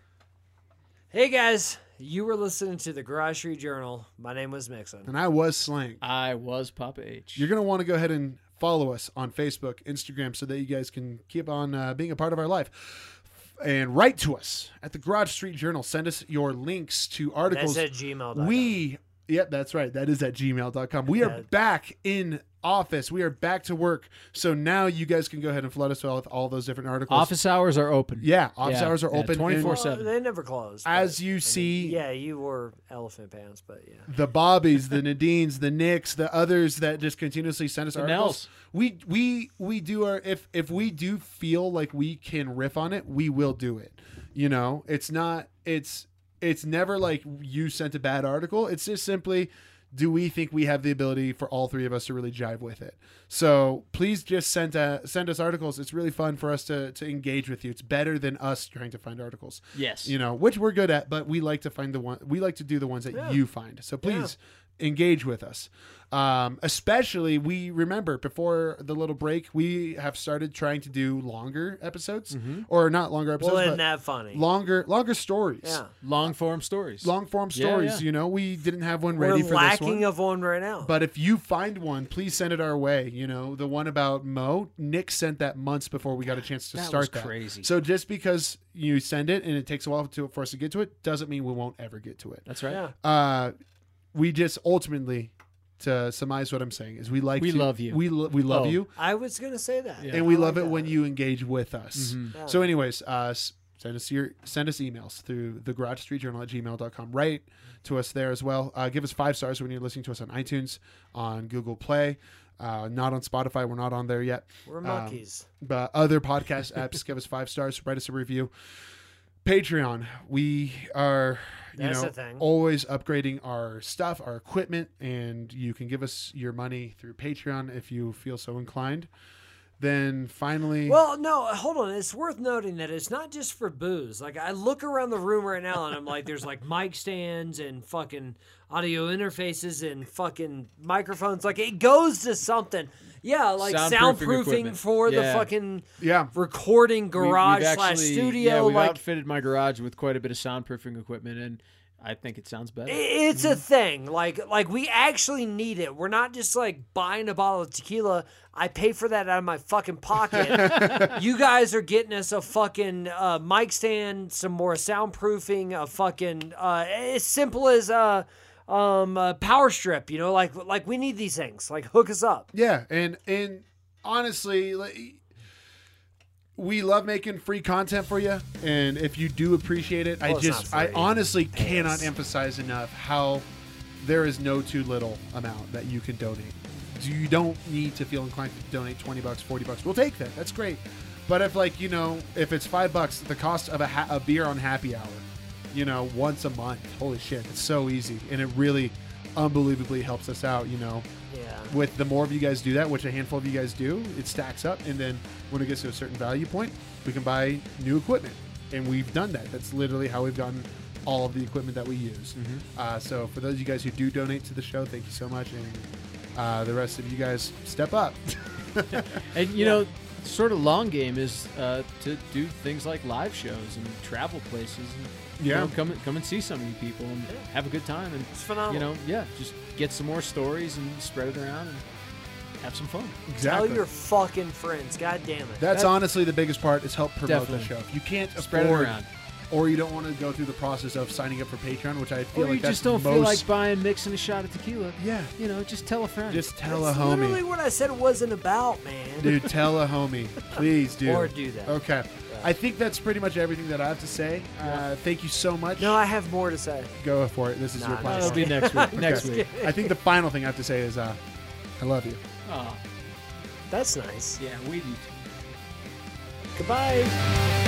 Hey guys, you were listening to the Garage Street Journal. My name was Mixon. and I was slang. I was Papa H. You're gonna want to go ahead and follow us on Facebook, Instagram, so that you guys can keep on uh, being a part of our life. And write to us at the Garage Street Journal. Send us your links to articles. That's at gmail.com. We, yep, that's right. That is at gmail.com. We are Yeah. back in office. We are back to work. So now you guys can go ahead and flood us with all those different articles. Office hours are open. Yeah, office hours are yeah, open. 24 24 well, 7. they never closed. As but, you see- Mm-hmm. yeah, you wore elephant pants, but yeah. The Bobbies, the Nadines, the Nicks, the others that just continuously send us The articles. Nels. We we we do our if if we do feel like we can riff on it, we will do it. You know, it's not it's it's never like you sent a bad article. It's just simply do we think we have the ability for all three of us to really jive with it? So please just send uh, send us articles. It's really fun for us to to engage with you. It's better than us trying to find articles Yes. you know, which we're good at, but we like to find the one we like to do the ones that Yeah. you find. So please engage with us. Um, especially we remember before the little break, we have started trying to do longer episodes or not longer episodes, Mm-hmm. Well, isn't but that funny? longer, longer stories, yeah. Long form stories. long form Yeah, stories. yeah. You know, we didn't have one ready we're for this lacking one. of one right now. But if you find one, please send it our way. You know, the one about Mo, Nick sent that months before we got a chance to That start was that. crazy. So just because you send it and it takes a while to, for us to get to it, doesn't mean we won't ever get to it. That's right. yeah. Uh, we just ultimately, to surmise what I'm saying, is we like We to- love you. We lo- we love Oh. you, I was gonna say that. Yeah. and we I love like it that. when you engage with us. Yeah. So, anyways, uh, s- send us your send us emails through the garage street journal at gmail.com. Write to us there as well. Uh, give us five stars when you're listening to us on iTunes, on Google Play, uh, not on Spotify. We're not on there yet. we're Um, monkeys. but other podcast apps, give us five stars. Write us a review. Patreon, we are you That's know a thing. always upgrading our stuff, our equipment, and you can give us your money through Patreon if you feel so inclined. Then finally, well, no, uh, hold on. It's worth noting that it's not just for booze. Like I look around the room right now and I'm like, there's like mic stands and fucking audio interfaces and fucking microphones. Like it goes to something. Yeah, like Soundproofing soundproofing, equipment. for the Yeah. fucking yeah, recording We- we've garage slash actually- studio. Yeah, we've like outfitted my garage with quite a bit of soundproofing equipment, and I think it sounds better. I- It's a thing. Like like we actually need it. We're not just like buying a bottle of tequila. I pay for that out of my fucking pocket. you guys are getting us a fucking uh, mic stand, some more soundproofing, a fucking uh, as simple as uh, um, a power strip. You know, like like we need these things. Like hook us up. Yeah, and and honestly, like, we love making free content for you, and if you do appreciate it, Well, I it's just not I free. honestly cannot emphasize enough how there is no too little amount that you can donate. You don't need to feel inclined to donate twenty bucks, forty bucks. We'll take that. That's great. But if like you know, if it's five bucks, the cost of a, ha- a beer on happy hour, you know, once a month. Holy shit, it's so easy, and it really unbelievably helps us out. You know Yeah. with the more of you guys do that, which a handful of you guys do, it stacks up. And then when it gets to a certain value point, we can buy new equipment. And we've done that. That's literally how we've gotten all of the equipment that we use. Mm-hmm. Uh, so for those of you guys who do donate to the show, thank you so much. And uh, the rest of you guys, step up. And you know, sort of long game is uh, to do things like live shows and travel places, and you Yeah. know, come come and see some of you people and have a good time, and It's phenomenal. you know, yeah, just get some more stories and spread it around and have some fun. exactly. Tell your fucking friends. God damn it. That's that- honestly the biggest part is help promote the Definitely. show. If you can't Spread it afford, around. or you don't want to go through the process of signing up for Patreon, which I feel or like you that's just don't most, feel like buying, mixing a shot of tequila. Yeah. you know, just tell a friend. just tell That's a homie. literally what I said it wasn't about, man. Dude, tell a homie. Please, dude. Or do that. Okay. I think that's pretty much everything that I have to say. Uh, thank you so much. No, I have more to say. Go for it. This is Nah, your no, that'll platform. be next week. Next Okay. week. I think the final thing I have to say is uh, I love you. Oh, That's nice. yeah, we do. too. Goodbye.